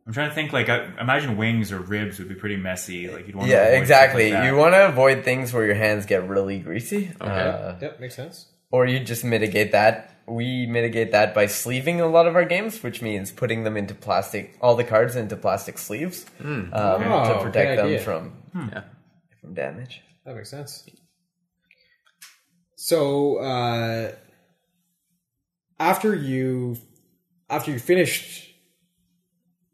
[SPEAKER 4] I'm trying to think. Like, I imagine wings or ribs would be pretty messy. Like, you'd want.
[SPEAKER 2] Yeah,
[SPEAKER 4] to avoid
[SPEAKER 2] exactly.
[SPEAKER 4] stuff like that.
[SPEAKER 2] you want to avoid things where your hands get really greasy, uh,
[SPEAKER 3] yep, makes sense.
[SPEAKER 2] or you just mitigate that. We mitigate that by sleeving a lot of our games, which means putting them into plastic, all the cards into plastic sleeves um,
[SPEAKER 4] Hmm.
[SPEAKER 3] Oh,
[SPEAKER 2] to
[SPEAKER 3] good
[SPEAKER 2] protect them
[SPEAKER 3] idea.
[SPEAKER 2] from
[SPEAKER 1] Yeah.
[SPEAKER 2] from damage.
[SPEAKER 3] That makes sense. So uh, after you after you finished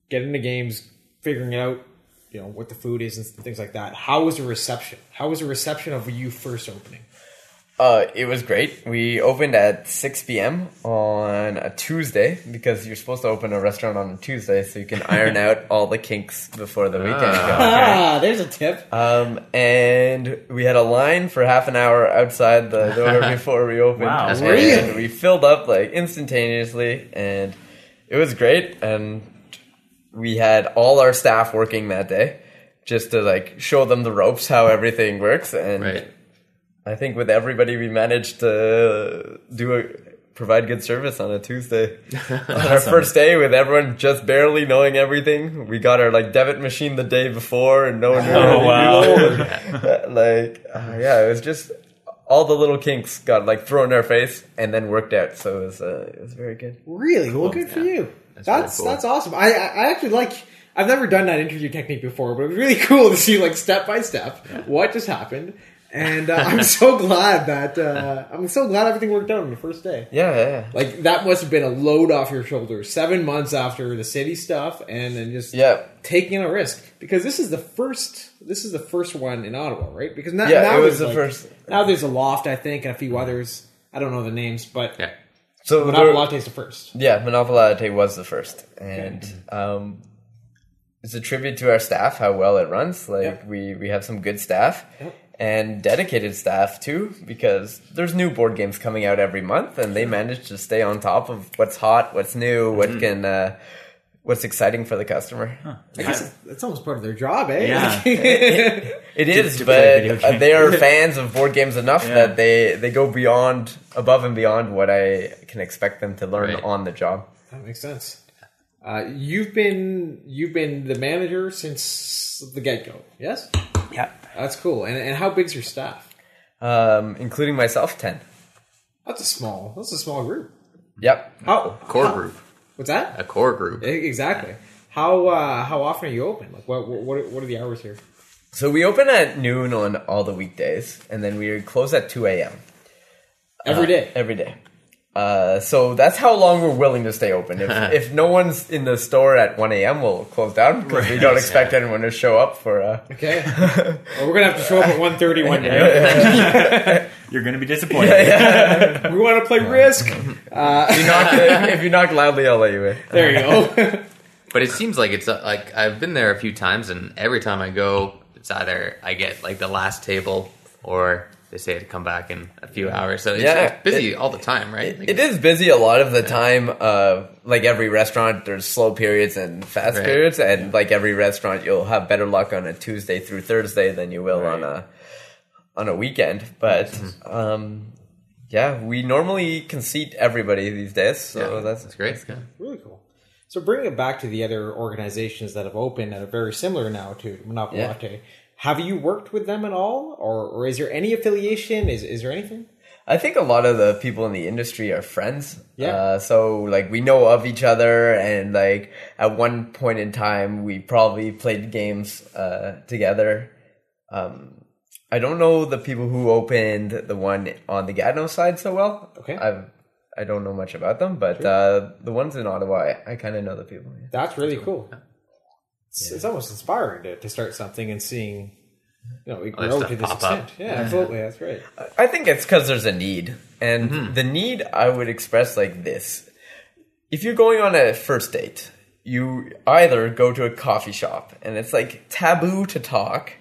[SPEAKER 3] getting the games, figuring out you know what the food is and things like that, how was the reception? How was the reception of you first opening?
[SPEAKER 2] Uh, it was great. We opened at 6 p.m. on a Tuesday because you're supposed to open a restaurant on a Tuesday so you can iron out all the kinks before the weekend.
[SPEAKER 1] Ah.
[SPEAKER 3] Ah, there's a tip.
[SPEAKER 2] Um, and we had a line for half an hour outside the door before we opened.
[SPEAKER 4] Wow. That's
[SPEAKER 2] and
[SPEAKER 3] great.
[SPEAKER 2] we filled up like instantaneously, and it was great. And we had all our staff working that day. just to like show them the ropes how everything works and
[SPEAKER 1] Right.
[SPEAKER 2] I think with everybody we managed to do a provide good service on a Tuesday. on our first day with everyone just barely knowing everything. We got our like debit machine the day before and no one knew
[SPEAKER 4] *laughs* *laughs*
[SPEAKER 2] *laughs*
[SPEAKER 4] Oh,
[SPEAKER 2] wow. *laughs* like uh, yeah, it was just all the little kinks got like thrown in our face and then worked out. So it was uh, it was very good.
[SPEAKER 3] Really? Well, good for you. That's
[SPEAKER 1] That's
[SPEAKER 3] that's,
[SPEAKER 1] really cool.
[SPEAKER 3] awesome. I, I I actually like. I've never done that interview technique before, but it was really *laughs* cool to see like step by step what just happened. And uh, I'm
[SPEAKER 2] *laughs*
[SPEAKER 3] so glad that uh, I'm so glad everything worked out on the first day.
[SPEAKER 2] Yeah, yeah.
[SPEAKER 3] Like that must have been a load off your shoulders. Seven months after the city stuff, and then just
[SPEAKER 2] Yeah.
[SPEAKER 3] taking a risk because this is the first. This is the first one in Ottawa, right? Because now,
[SPEAKER 2] Yeah,
[SPEAKER 3] now
[SPEAKER 2] it was
[SPEAKER 3] there's,
[SPEAKER 2] the
[SPEAKER 3] like-
[SPEAKER 2] first-
[SPEAKER 3] Now there's a loft, I think, and a few others. I don't know the names, but
[SPEAKER 1] Yeah.
[SPEAKER 2] So
[SPEAKER 3] Monopoly
[SPEAKER 2] there-
[SPEAKER 3] Latte's the first.
[SPEAKER 2] Yeah, Monopoly Latte was the first, and um, it's a tribute to our staff how well it runs. Like
[SPEAKER 3] Yep.
[SPEAKER 2] we we have some good staff
[SPEAKER 3] Yep.
[SPEAKER 2] and dedicated staff too, because there's new board games coming out every month, and they manage to stay on top of what's hot, what's new,
[SPEAKER 4] Mm-hmm.
[SPEAKER 2] what can. Uh, What's exciting for the customer?
[SPEAKER 3] I guess that's almost part of their job, eh?
[SPEAKER 4] Yeah.
[SPEAKER 2] It is,
[SPEAKER 4] to play video
[SPEAKER 2] but uh,
[SPEAKER 4] game.
[SPEAKER 2] they
[SPEAKER 4] *laughs*
[SPEAKER 2] are fans of board games enough
[SPEAKER 4] Yeah.
[SPEAKER 2] that they they go beyond, above and beyond what I can expect them to learn
[SPEAKER 1] Right.
[SPEAKER 2] on the job.
[SPEAKER 3] *laughs* that makes sense. Uh, you've been you've been the manager since the get go. Yes,
[SPEAKER 4] Yeah.
[SPEAKER 3] that's cool. And and how big's your staff?
[SPEAKER 2] Um, including myself, ten.
[SPEAKER 3] That's a small. That's a small group.
[SPEAKER 2] Yep,
[SPEAKER 3] How
[SPEAKER 1] Core
[SPEAKER 3] how-
[SPEAKER 1] group.
[SPEAKER 3] What's that?
[SPEAKER 1] A core group.
[SPEAKER 3] E- Exactly. How uh, how often are you open? Like what what- what are, what are the hours here?
[SPEAKER 2] So we open at noon on all the weekdays, and then we close at 2 a.m.
[SPEAKER 3] Every day.
[SPEAKER 2] every day. Uh, so that's how long we're willing to stay open. If, if no one's in the store at 1 a.m., we'll close down because we don't expect anyone to show up for. Uh,
[SPEAKER 3] Okay. well, we're gonna have to show up at 1.30 one day.
[SPEAKER 4] You're gonna be disappointed.
[SPEAKER 3] We want to play Risk.
[SPEAKER 2] if, you knock, *laughs* if you knock loudly, I'll let you in.
[SPEAKER 3] There you go.
[SPEAKER 1] But it seems like it's uh, like I've been there a few times, and every time I go, it's either I get like the last table or they say to come back in a few hours. So it's,
[SPEAKER 2] Yeah,
[SPEAKER 1] it's busy all the time, right? Like,
[SPEAKER 2] It is busy a lot of the time. Uh, like every restaurant, there's slow periods and fast
[SPEAKER 1] Right.
[SPEAKER 2] periods, and like every restaurant, you'll have better luck on a Tuesday through Thursday than you will on a on a weekend. But
[SPEAKER 1] Mm-hmm.
[SPEAKER 2] um, yeah, we normally can seat everybody these days, so
[SPEAKER 1] yeah,
[SPEAKER 2] that's,
[SPEAKER 1] that's great. Yeah.
[SPEAKER 3] really cool. So bringing it back to the other organizations that have opened that are very similar now to Monopoly
[SPEAKER 2] Yeah.
[SPEAKER 3] Latte, have you worked with them at all, or, or is there any affiliation? Is is there anything?
[SPEAKER 2] I think a lot of the people in the industry are friends.
[SPEAKER 3] Yeah.
[SPEAKER 2] Uh, so like we know of each other, and like at one point in time, we probably played games uh, together. Um, I don't know the people who opened the one on the Gatineau side so well.
[SPEAKER 3] Okay.
[SPEAKER 2] I've I don't know much about them, but uh, the ones in Ottawa, I, I kind of know the people. yeah.
[SPEAKER 3] That's really cool. It's, it's almost inspiring to, to start something and seeing, you know, it
[SPEAKER 1] Other
[SPEAKER 3] grow
[SPEAKER 1] stuff
[SPEAKER 3] Oh, to this
[SPEAKER 1] pop up.
[SPEAKER 3] extent. Yeah, Uh, absolutely. That's right.
[SPEAKER 2] I think it's because there's a need, and the need I would express like this: if you're going on a first date, you either go to a coffee shop, and it's like taboo to talk,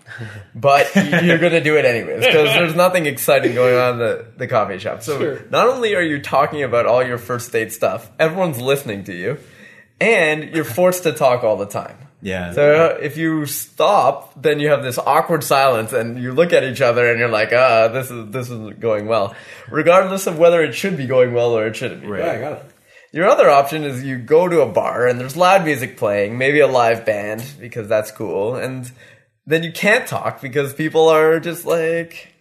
[SPEAKER 2] but you're going to do it anyways because there's nothing exciting going on in the the coffee shop. So
[SPEAKER 3] Sure.
[SPEAKER 2] not only are you talking about all your first date stuff, everyone's listening to you, and you're forced to talk all the time.
[SPEAKER 4] Yeah.
[SPEAKER 2] So uh, if you stop, then you have this awkward silence, and you look at each other, and you're like, "Ah, this is this is going well," regardless of whether it should be going well or it shouldn't be.
[SPEAKER 4] Right.
[SPEAKER 3] Yeah, I got it.
[SPEAKER 2] Your other option is you go to a bar, and there's loud music playing, maybe a live band because that's cool, and then you can't talk because people are just like.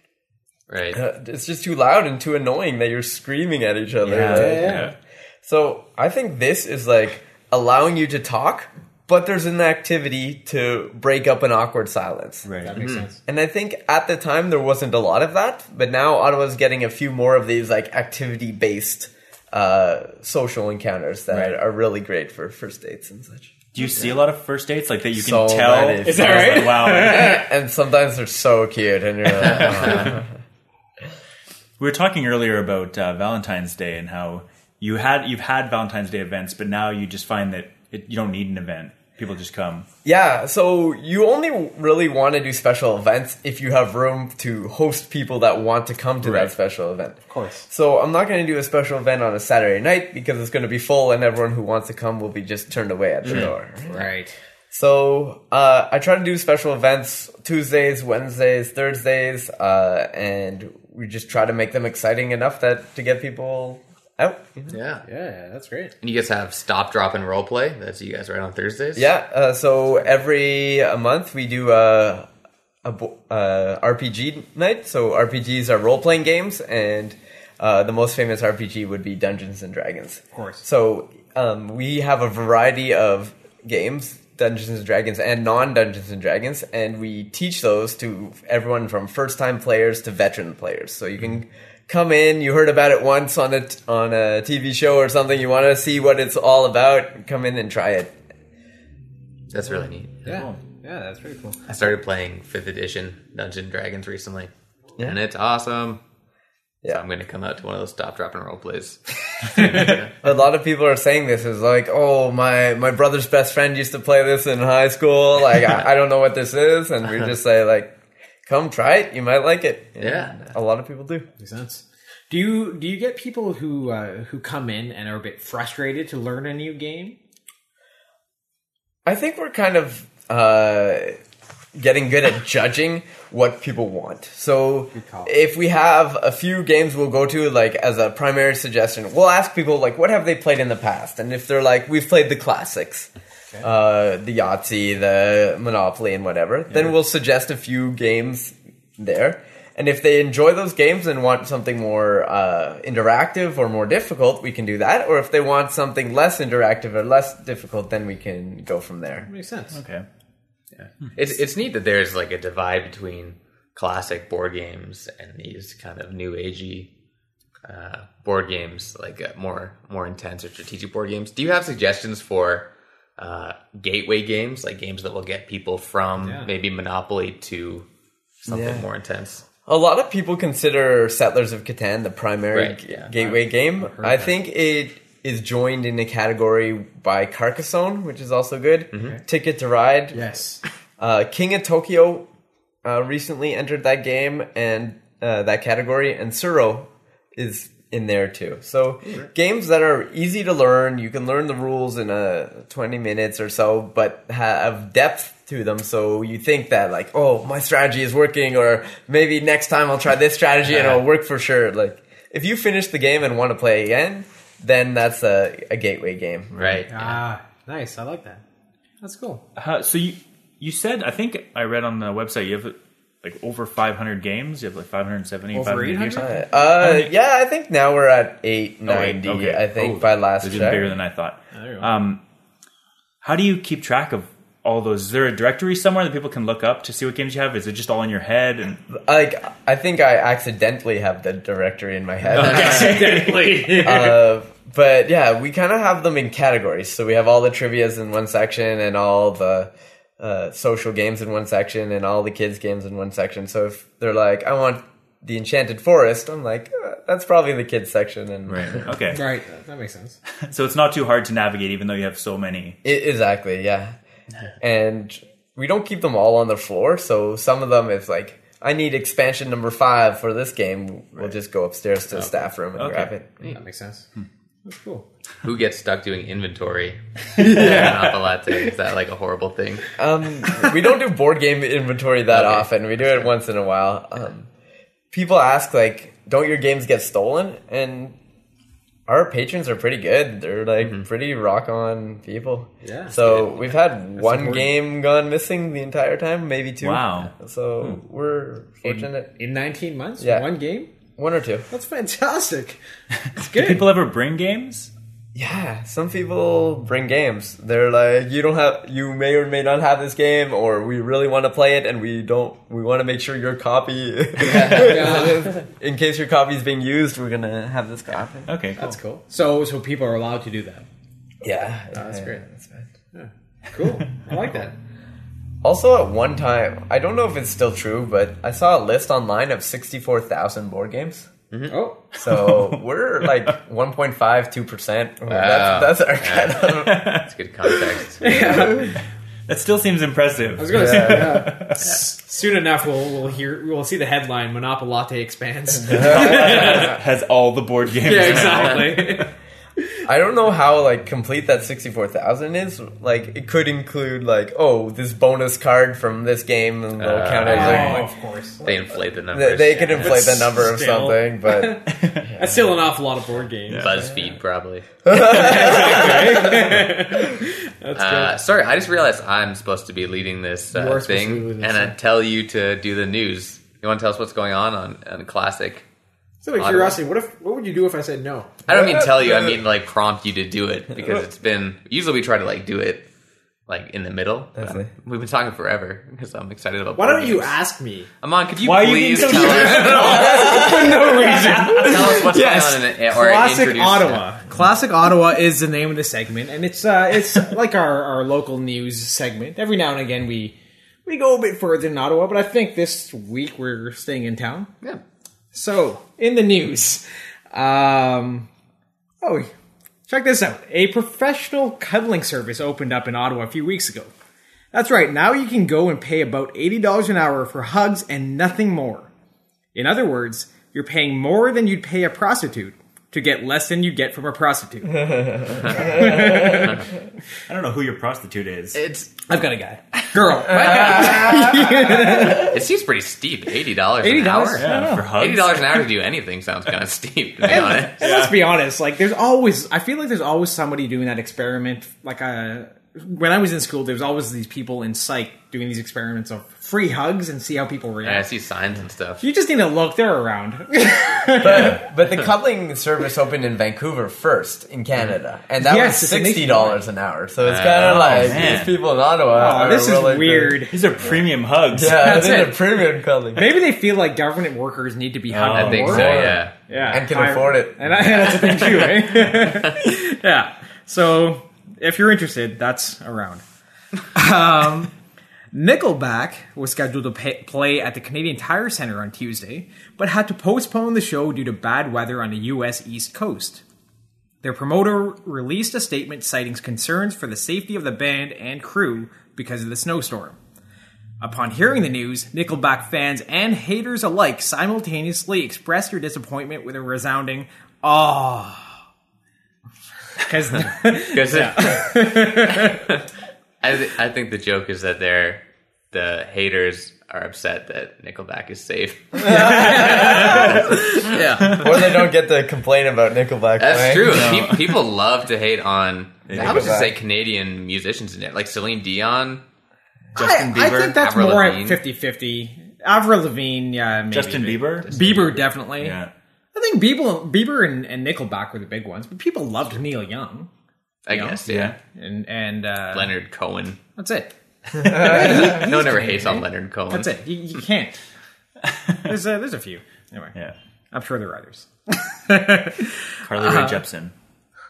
[SPEAKER 1] Right.
[SPEAKER 2] uh, It's just too loud and too annoying that you're screaming at each other.
[SPEAKER 4] Yeah.
[SPEAKER 2] Like,
[SPEAKER 3] Yeah, yeah.
[SPEAKER 2] so I think this is like allowing you to talk, but there's an activity to break up an awkward silence.
[SPEAKER 3] That
[SPEAKER 4] Right.
[SPEAKER 3] makes sense.
[SPEAKER 2] And I think at the time there wasn't a lot of that, but now Ottawa's getting a few more of these like activity based uh, social encounters that
[SPEAKER 4] Right.
[SPEAKER 2] are really great for first dates and such.
[SPEAKER 4] Do you see a lot of first dates like that? You
[SPEAKER 2] So
[SPEAKER 4] can tell.
[SPEAKER 2] many. Is
[SPEAKER 3] that right?
[SPEAKER 4] Like,
[SPEAKER 3] *laughs*
[SPEAKER 4] wow.
[SPEAKER 2] and sometimes they're so cute, and you're like, oh.
[SPEAKER 4] We were talking earlier about uh, Valentine's Day and how you had you've had Valentine's Day events, but now you just find that it, you don't need an event. People just come.
[SPEAKER 2] Yeah, so you only really want to do special events if you have room to host people that want to come to
[SPEAKER 4] Right.
[SPEAKER 2] that special event. Of
[SPEAKER 3] course.
[SPEAKER 2] So I'm not going to do a special event on a Saturday night because it's going to be full and everyone who wants to come will be just turned away at the door.
[SPEAKER 1] Right.
[SPEAKER 2] So uh, I try to do special events Tuesdays, Wednesdays, Thursdays, uh, and we just try to make them exciting enough that to get people out. you know?
[SPEAKER 1] Yeah.
[SPEAKER 3] Yeah, that's great.
[SPEAKER 1] And you guys have stop, drop, and role play. That's you guys right on Thursdays.
[SPEAKER 2] Yeah. Uh, so every uh, month we do a, a bo- uh, RPG night. So RPGs are role playing games, and uh, the most famous RPG would be Dungeons and Dragons. Of
[SPEAKER 3] course.
[SPEAKER 2] So um, we have a variety of games. Dungeons and Dragons and non Dungeons and Dragons, and we teach those to everyone from first time players to veteran players. So you can come in, you heard about it once on a, t- on a TV show or something, you want to see what it's all about, come in and try it.
[SPEAKER 1] That's really neat.
[SPEAKER 3] Yeah.
[SPEAKER 4] Cool.
[SPEAKER 3] Yeah, that's pretty cool.
[SPEAKER 1] I started playing fifth edition Dungeon Dragons recently,
[SPEAKER 2] Yeah.
[SPEAKER 1] and it's awesome.
[SPEAKER 2] Yeah.
[SPEAKER 1] So I'm going to come out to one of those stop, drop, and role plays.
[SPEAKER 2] a lot of people are saying this is like, oh, my my brother's best friend used to play this in high school. Like, I, I don't know what this is, and we just say like, come try it, you might like it. And
[SPEAKER 1] Yeah.
[SPEAKER 2] a lot of people do.
[SPEAKER 3] Makes sense. Do you do you get people who uh, who come in and are a bit frustrated to learn a new game?
[SPEAKER 2] I think we're kind of uh, getting good at judging what people want. So
[SPEAKER 3] call.
[SPEAKER 2] if we have a few games we'll go to like as a primary suggestion, we'll ask people like what have they played in the past, and if they're like we've played the classics. Uh, the Yahtzee, the Monopoly, and whatever. Then we'll suggest a few games there. And if they enjoy those games and want something more uh, interactive or more difficult, we can do that. Or if they want something less interactive or less difficult, then we can go from there.
[SPEAKER 3] Makes sense.
[SPEAKER 4] Okay.
[SPEAKER 1] It's it's neat that there's like a divide between classic board games and these kind of new agey uh, board games, like uh, more more intense or strategic board games. Do you have suggestions for uh, gateway games, like games that will get people from
[SPEAKER 3] Yeah.
[SPEAKER 1] maybe Monopoly to something
[SPEAKER 2] Yeah.
[SPEAKER 1] more intense?
[SPEAKER 2] A lot of people consider Settlers of Catan the primary
[SPEAKER 1] Right,
[SPEAKER 2] g-
[SPEAKER 1] yeah.
[SPEAKER 2] gateway game. I think it is joined in a category by Carcassonne, which is also good.
[SPEAKER 1] Mm-hmm.
[SPEAKER 2] Ticket to Ride,
[SPEAKER 3] Yes.
[SPEAKER 2] Uh, King of Tokyo uh, recently entered that game and uh, that category, and Suro is in there too. So games that are easy to learn, you can learn the rules in uh, 20 minutes or so, but have depth to them. So you think that like, oh, my strategy is working, or maybe next time I'll try this strategy and it'll work for sure. Like if you finish the game and want to play again, then that's a, a gateway game.
[SPEAKER 1] Right. yeah.
[SPEAKER 3] Ah, nice. I like that. That's cool.
[SPEAKER 4] Uh, so you you said I think I read on the website you have like over 500 games. You have like 570,
[SPEAKER 3] Over
[SPEAKER 4] 580 or
[SPEAKER 3] 800?
[SPEAKER 4] something.
[SPEAKER 2] Uh, yeah, I think now we're at 890,
[SPEAKER 4] Oh, wait, okay.
[SPEAKER 2] I think,
[SPEAKER 4] Oh,
[SPEAKER 2] by last check.
[SPEAKER 4] It's even bigger than I thought.
[SPEAKER 3] There you go.
[SPEAKER 4] Um, how do you keep track of all those? Is there a directory somewhere that people can look up to see what games you have? Is it just all in your
[SPEAKER 3] *laughs*
[SPEAKER 4] head? And
[SPEAKER 2] like, I think I accidentally have the directory in my head.
[SPEAKER 4] accidentally,
[SPEAKER 2] Uh, *laughs* but yeah, we kind of have them in categories. So we have all the trivias in one section and all the uh, social games in one section and all the kids' games in one section. So if they're like, I want the Enchanted Forest, I'm like, uh, that's probably the kids' section. And
[SPEAKER 4] right? Okay,
[SPEAKER 3] Right. That makes sense.
[SPEAKER 4] so it's not too hard to navigate, even though you have so many.
[SPEAKER 2] I- E, exactly, yeah. And we don't keep them all on the floor, so some of them is like, I need expansion number five for this game. We'll just go upstairs to the staff room and
[SPEAKER 4] Okay.
[SPEAKER 2] grab it.
[SPEAKER 3] That makes sense. That's cool.
[SPEAKER 1] Who gets stuck doing
[SPEAKER 3] *laughs*
[SPEAKER 1] inventory? yeah. Monopoly. Is that like a horrible thing?
[SPEAKER 2] Um, we don't do board game inventory that often. We do it once in a while. Um, people ask like, "Don't your games get stolen?" And our patrons are pretty good. They're like pretty rock on people.
[SPEAKER 3] Yeah.
[SPEAKER 2] So we've had one
[SPEAKER 3] important.
[SPEAKER 2] game gone missing the entire time, maybe two.
[SPEAKER 4] Wow.
[SPEAKER 2] So we're fortunate.
[SPEAKER 3] In 19 months,
[SPEAKER 2] Yeah.
[SPEAKER 3] one game.
[SPEAKER 2] one or two.
[SPEAKER 3] That's fantastic. It's good.
[SPEAKER 4] People ever bring games?
[SPEAKER 2] Yeah, some people bring games. They're like, you don't have, you may or may not have this game, or we really want to play it, and we don't. We want to make sure your copy, *laughs* in case your copy is being used, we're gonna have this copy.
[SPEAKER 4] Okay, cool.
[SPEAKER 3] That's cool. So, so people are allowed to do that.
[SPEAKER 2] Yeah,
[SPEAKER 3] that's
[SPEAKER 2] yeah,
[SPEAKER 3] great.
[SPEAKER 2] That's fine.
[SPEAKER 3] Cool. I like that.
[SPEAKER 2] Also, at one time, I don't know if it's still true, but I saw a list online of sixty-four thousand board games.
[SPEAKER 3] Oh, *laughs*
[SPEAKER 2] *laughs* So we're like one point five two percent.
[SPEAKER 1] Wow.
[SPEAKER 2] That's our kind of.
[SPEAKER 1] That's good
[SPEAKER 3] *laughs*
[SPEAKER 1] context.
[SPEAKER 4] That still seems impressive.
[SPEAKER 3] I was going to say. yeah. S- Soon enough, we'll we'll hear we'll see the headline: Monopoly Latte expands. *laughs*
[SPEAKER 4] Has all the board games.
[SPEAKER 3] yeah, exactly.
[SPEAKER 2] I don't know how like complete that sixty four thousand is. Like it could include like oh this bonus card from this game and they'll
[SPEAKER 1] Uh,
[SPEAKER 2] count it.
[SPEAKER 3] Oh,
[SPEAKER 2] as, like,
[SPEAKER 3] of course.
[SPEAKER 1] They inflate the
[SPEAKER 2] they,
[SPEAKER 1] numbers.
[SPEAKER 2] they could inflate the
[SPEAKER 4] But
[SPEAKER 2] number of
[SPEAKER 4] still.
[SPEAKER 1] *laughs*
[SPEAKER 2] something, but
[SPEAKER 3] That's still an awful lot of board games.
[SPEAKER 1] BuzzFeed
[SPEAKER 3] *laughs*
[SPEAKER 1] probably.
[SPEAKER 3] That's
[SPEAKER 1] Uh, sorry, I just realized I'm supposed to be leading this
[SPEAKER 3] You are
[SPEAKER 1] uh,
[SPEAKER 3] supposed to be leading
[SPEAKER 1] thing,
[SPEAKER 3] this
[SPEAKER 1] and I tell you to do the news. You want to tell us what's going on on, on Classic?
[SPEAKER 3] good. So, out of curiosity, what if what would you do if I said no?
[SPEAKER 1] I don't mean tell
[SPEAKER 3] uh,
[SPEAKER 1] you. I mean like prompt you to do it because it's been. Usually we try to like do it like in the middle. but
[SPEAKER 2] Definitely.
[SPEAKER 1] We've been talking forever because I'm excited about.
[SPEAKER 3] Why
[SPEAKER 1] board
[SPEAKER 3] don't you
[SPEAKER 1] games.
[SPEAKER 3] ask me?
[SPEAKER 1] Amon? Could you
[SPEAKER 4] Why are you
[SPEAKER 1] please
[SPEAKER 4] being so
[SPEAKER 1] tell us,
[SPEAKER 3] For no reason.
[SPEAKER 1] tell us what's
[SPEAKER 3] Yes.
[SPEAKER 1] going on in it or
[SPEAKER 3] Classic
[SPEAKER 1] introduce
[SPEAKER 3] Ottawa. Classic Ottawa is the name of the segment, and it's uh,
[SPEAKER 1] *laughs*
[SPEAKER 3] it's like our, our local news segment. Every now and again, we we go a bit further in Ottawa, but I think this week we're staying in town.
[SPEAKER 1] Yeah.
[SPEAKER 3] So, in the news, um, oh, check this out. A professional cuddling service opened up in Ottawa a few weeks ago. That's right, now you can go and pay about $80 an hour for hugs and nothing more. In other words, you're paying more than you'd pay a prostitute to get less than you'd get from a prostitute.
[SPEAKER 4] *laughs* I don't know who your prostitute is.
[SPEAKER 1] It's
[SPEAKER 3] I've got a guy. Girl.
[SPEAKER 1] it seems pretty steep. Eighty dollars. Eighty
[SPEAKER 3] $80?
[SPEAKER 1] dollars.
[SPEAKER 3] I don't know.
[SPEAKER 4] yeah, for hugs.
[SPEAKER 1] Eighty dollars an hour to do anything sounds kind of steep. To be honest.
[SPEAKER 3] And *laughs* let's be honest, like there's always I feel like there's always somebody doing that experiment. Like uh, when I was in school, there was always these people in psych doing these experiments of free hugs and see how people
[SPEAKER 1] And I
[SPEAKER 3] react.
[SPEAKER 1] see signs and stuff.
[SPEAKER 3] You just need to look; they're around.
[SPEAKER 2] but, but the cuddling service opened in Vancouver first in Canada, and that
[SPEAKER 3] Yes,
[SPEAKER 2] was
[SPEAKER 3] it's a
[SPEAKER 2] sixty
[SPEAKER 3] nationwide.
[SPEAKER 2] dollars an hour. So
[SPEAKER 1] Oh,
[SPEAKER 2] it's kind of like
[SPEAKER 4] man.
[SPEAKER 2] these people in Ottawa.
[SPEAKER 3] Oh,
[SPEAKER 2] are
[SPEAKER 3] *laughs* this is
[SPEAKER 2] willing to-
[SPEAKER 3] weird.
[SPEAKER 4] These are premium hugs.
[SPEAKER 3] *laughs*
[SPEAKER 2] Yeah,
[SPEAKER 3] That's
[SPEAKER 2] this is
[SPEAKER 3] it.
[SPEAKER 2] a premium cuddling,
[SPEAKER 3] Maybe they feel like government workers need to be hugged.
[SPEAKER 4] I
[SPEAKER 1] Oh, I think
[SPEAKER 3] more.
[SPEAKER 1] so. Yeah.
[SPEAKER 3] Yeah,
[SPEAKER 2] and can
[SPEAKER 3] I-
[SPEAKER 2] afford it.
[SPEAKER 3] And I, *laughs* that's a thing too, eh?
[SPEAKER 2] *laughs*
[SPEAKER 3] yeah. So if you're interested, that's around. Um, Nickelback was scheduled to pay, play at the Canadian Tire Center on Tuesday, but had to postpone the show due to bad weather on the U.S. East Coast. Their promoter released a statement citing concerns for the safety of the band and crew because of the snowstorm. Upon hearing the news, Nickelback fans and haters alike simultaneously expressed their disappointment with a resounding "Ah," because *laughs*
[SPEAKER 1] Because *laughs* I, th- I think the joke is that they're the haters are upset that Nickelback is safe.
[SPEAKER 3] yeah,
[SPEAKER 2] or they don't get to complain about Nickelback.
[SPEAKER 1] That's
[SPEAKER 2] right?
[SPEAKER 1] true. Pe- people love to hate on. I would just
[SPEAKER 2] Nickelback.
[SPEAKER 1] say Canadian musicians in there, like Celine Dion.
[SPEAKER 3] I, I think that's
[SPEAKER 1] Avril
[SPEAKER 3] more
[SPEAKER 1] Lavigne.
[SPEAKER 3] at 50-50. Avril Lavigne, yeah, maybe.
[SPEAKER 4] Justin Bieber.
[SPEAKER 3] Bieber definitely.
[SPEAKER 4] Yeah.
[SPEAKER 3] I think Bieber, Bieber and, and Nickelback were the big ones, but people loved Neil Young
[SPEAKER 1] I
[SPEAKER 3] Yeah.
[SPEAKER 1] guess, yeah.
[SPEAKER 4] Yeah.
[SPEAKER 3] and and uh, Oh,
[SPEAKER 1] Leonard Cohen.
[SPEAKER 3] That's it.
[SPEAKER 1] No one ever hates on Leonard Cohen.
[SPEAKER 3] eh? That's it. You, you can't. There's a, there's a few. Anyway,
[SPEAKER 4] Yeah.
[SPEAKER 3] I'm sure there are others.
[SPEAKER 4] Carly Rae Jepsen.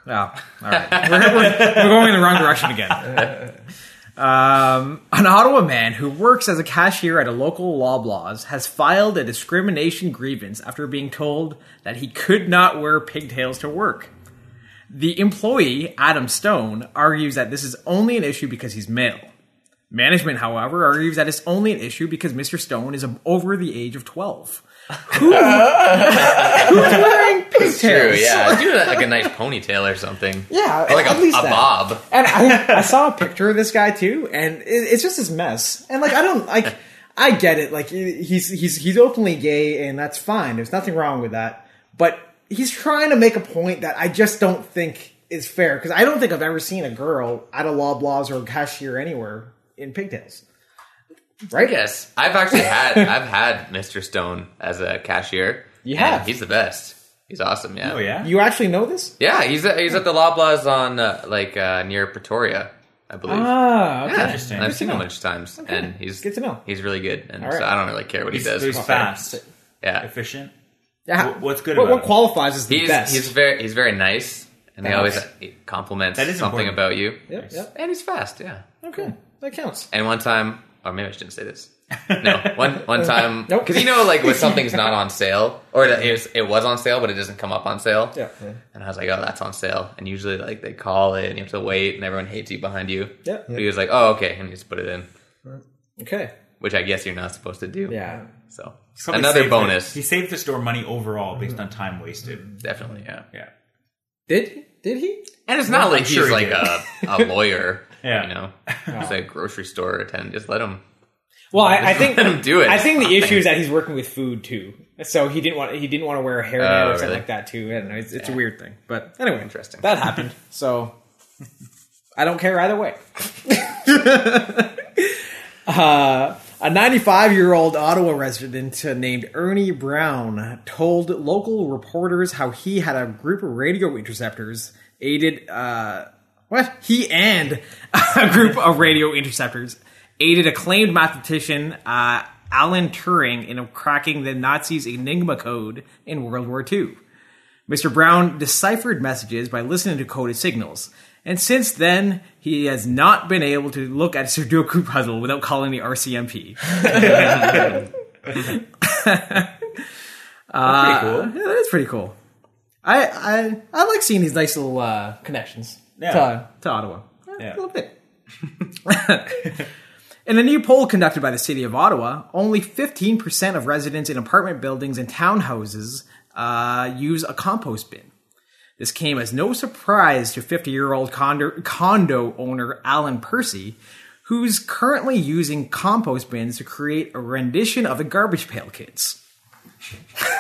[SPEAKER 3] Oh, all right. We're, we're, we're going in the wrong direction again. Um, an Ottawa man who works as a cashier at a local Loblaws has filed a discrimination grievance after being told that he could not wear pigtails to work. The employee, Adam Stone, argues that this is only an issue because he's male. Management, however, argues that it's only an issue because Mr. Stone is over the age of 12. Who, *laughs* who's wearing pigtails?
[SPEAKER 1] True, yeah.
[SPEAKER 3] *laughs*
[SPEAKER 1] Do that, like a nice ponytail or something.
[SPEAKER 3] Yeah,
[SPEAKER 1] Or like
[SPEAKER 3] at
[SPEAKER 1] a,
[SPEAKER 3] least
[SPEAKER 1] a
[SPEAKER 3] that.
[SPEAKER 1] bob.
[SPEAKER 3] And I, I saw *laughs* a picture of this guy too, and it, it's just his mess. And like, I don't like, I get it. Like, he- he's he's he's openly gay, and that's fine. There's nothing wrong with that. But he's trying to make a point that I just don't think is fair because I don't think I've ever seen a girl at a Loblaws or a cashier anywhere in pigtails. Right?
[SPEAKER 1] Yes, I've actually
[SPEAKER 3] *laughs*
[SPEAKER 1] had I've had Mr. Stone as a cashier.
[SPEAKER 3] You
[SPEAKER 1] and
[SPEAKER 3] have?
[SPEAKER 1] He's the best. He's awesome. Yeah.
[SPEAKER 4] Oh yeah.
[SPEAKER 3] You actually know this?
[SPEAKER 1] Yeah. He's at, he's at the Loblaws on uh, like uh, near Pretoria, I believe.
[SPEAKER 3] Ah, okay.
[SPEAKER 1] Yeah,
[SPEAKER 4] interesting.
[SPEAKER 1] And
[SPEAKER 4] Good
[SPEAKER 1] I've
[SPEAKER 4] to
[SPEAKER 1] seen him a
[SPEAKER 3] know.
[SPEAKER 1] bunch of times, and he's
[SPEAKER 3] Good to know.
[SPEAKER 1] He's really good, and
[SPEAKER 3] All right.
[SPEAKER 1] so I don't really care what he
[SPEAKER 4] He's,
[SPEAKER 1] does.
[SPEAKER 4] he's fast,
[SPEAKER 1] yeah.
[SPEAKER 4] efficient.
[SPEAKER 3] Yeah.
[SPEAKER 4] Wh- what's good
[SPEAKER 3] What,
[SPEAKER 4] about
[SPEAKER 3] what
[SPEAKER 4] him?
[SPEAKER 3] qualifies as the
[SPEAKER 1] He's
[SPEAKER 3] best?
[SPEAKER 1] he's very he's very nice, and he
[SPEAKER 3] That
[SPEAKER 1] always
[SPEAKER 3] helps.
[SPEAKER 1] he compliments
[SPEAKER 4] That is
[SPEAKER 1] something
[SPEAKER 4] important.
[SPEAKER 1] about you.
[SPEAKER 3] Yep, yep.
[SPEAKER 1] And he's fast. Yeah.
[SPEAKER 3] Okay, that counts.
[SPEAKER 1] And one time, or maybe I shouldn't say this. No, one one time,
[SPEAKER 3] Nope.
[SPEAKER 1] because you know, like when something's not on sale, or it was, it was on sale, but it doesn't come up on sale.
[SPEAKER 3] Yeah.
[SPEAKER 1] And I was like, oh, that's on sale. And usually, like they call it, and you have to wait, and everyone hates you behind you.
[SPEAKER 3] Yeah.
[SPEAKER 1] But he was like, oh, okay, and he just put it in,
[SPEAKER 3] Okay.
[SPEAKER 1] which I guess you're not supposed to do.
[SPEAKER 3] Yeah.
[SPEAKER 1] So
[SPEAKER 4] Somebody
[SPEAKER 1] another
[SPEAKER 4] saved
[SPEAKER 1] bonus,
[SPEAKER 4] The, he saved the store money overall based on time wasted.
[SPEAKER 1] definitely. Yeah.
[SPEAKER 4] Yeah.
[SPEAKER 3] Did did he?
[SPEAKER 1] And it's not like
[SPEAKER 3] I'm sure
[SPEAKER 1] he's
[SPEAKER 3] he
[SPEAKER 1] like a, a lawyer.
[SPEAKER 4] Yeah.
[SPEAKER 1] You know, he's like a grocery store attendant. Just let him. *laughs*
[SPEAKER 3] Well, I, I think
[SPEAKER 1] Let him do it.
[SPEAKER 3] I think
[SPEAKER 1] *laughs*
[SPEAKER 3] the issue is that he's working with food too, so he didn't want he didn't want to wear a hairnet
[SPEAKER 1] Oh,
[SPEAKER 3] or something
[SPEAKER 1] really?
[SPEAKER 3] like that too. I don't know. It's, it's a weird thing, but anyway,
[SPEAKER 1] Interesting.
[SPEAKER 3] That happened, so I don't care either way. *laughs* uh, a 95 year old Ottawa resident named Ernie Brown told local reporters how he had a group of radio interceptors aided. Uh, what? He and *laughs* a group of radio interceptors aided acclaimed mathematician uh, Alan Turing in cracking the Nazis' Enigma code in World War II. Mr. Brown deciphered messages by listening to coded signals, and since then, he has not been able to look at a Sudoku puzzle without calling the RCMP.
[SPEAKER 1] pretty cool.
[SPEAKER 3] Uh, Yeah, that's pretty cool. I, I I like seeing these nice little uh, connections
[SPEAKER 4] Yeah.
[SPEAKER 3] to, to Ottawa. A
[SPEAKER 4] Yeah.
[SPEAKER 3] little bit. *laughs* in a new poll conducted by the city of Ottawa, only 15% of residents in apartment buildings and townhouses uh, use a compost bin. This came as no surprise to 50 year old condo, condo owner Alan Percy, who's currently using compost bins to create a rendition of the Garbage Pail Kids. *laughs*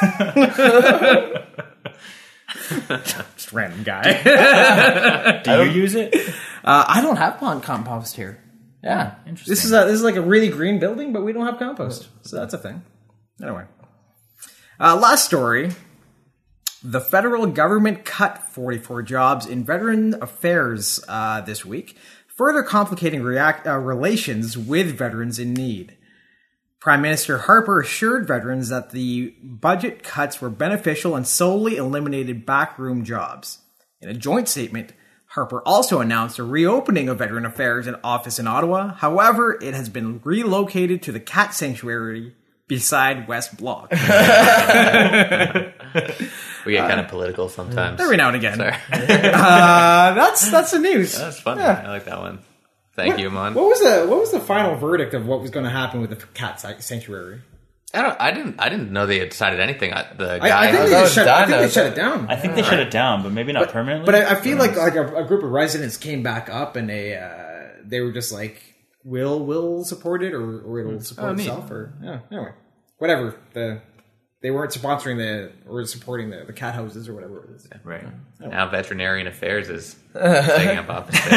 [SPEAKER 3] Just random *laughs* guy.
[SPEAKER 4] Do you use it?
[SPEAKER 3] Uh, I don't have pond compost here. Yeah,
[SPEAKER 4] Interesting.
[SPEAKER 3] This is a, this is like a really green building, but we don't have compost, so that's a thing. Anyway, uh, last story: the federal government cut 44 jobs in Veteran Affairs uh, this week, further complicating react, uh, relations with veterans in need. Prime Minister Harper assured veterans that the budget cuts were beneficial and solely eliminated backroom jobs. In a joint statement, Harper also announced a reopening of Veteran Affairs and office in Ottawa. However, it has been relocated to the cat sanctuary beside West
[SPEAKER 2] *laughs*
[SPEAKER 3] Block.
[SPEAKER 1] We get kind of political sometimes.
[SPEAKER 3] Every now and again.
[SPEAKER 1] Sorry.
[SPEAKER 3] *laughs* Uh, that's that's the news.
[SPEAKER 1] That's fun. I like that one. Thank you, Mon.
[SPEAKER 3] What was the what was the final verdict of what was going to happen with the cat sa- sanctuary?
[SPEAKER 1] I don't. I didn't. I didn't know they had decided anything. I, the
[SPEAKER 3] I,
[SPEAKER 1] guy.
[SPEAKER 3] I think, they
[SPEAKER 2] that
[SPEAKER 3] just
[SPEAKER 2] was
[SPEAKER 3] shut, I
[SPEAKER 2] done,
[SPEAKER 3] think they
[SPEAKER 2] I
[SPEAKER 3] shut it down.
[SPEAKER 4] I think they shut it down, but maybe not permanently.
[SPEAKER 3] But I, I feel like like a, a group of residents came back up and they uh, they were just like, "Will will support it or, or it'll support
[SPEAKER 1] neat.
[SPEAKER 3] itself or yeah." Anyway, whatever the they weren't sponsoring the or supporting the, the cat houses or whatever it is.
[SPEAKER 4] right.
[SPEAKER 1] now veterinarian affairs is taking up office. space.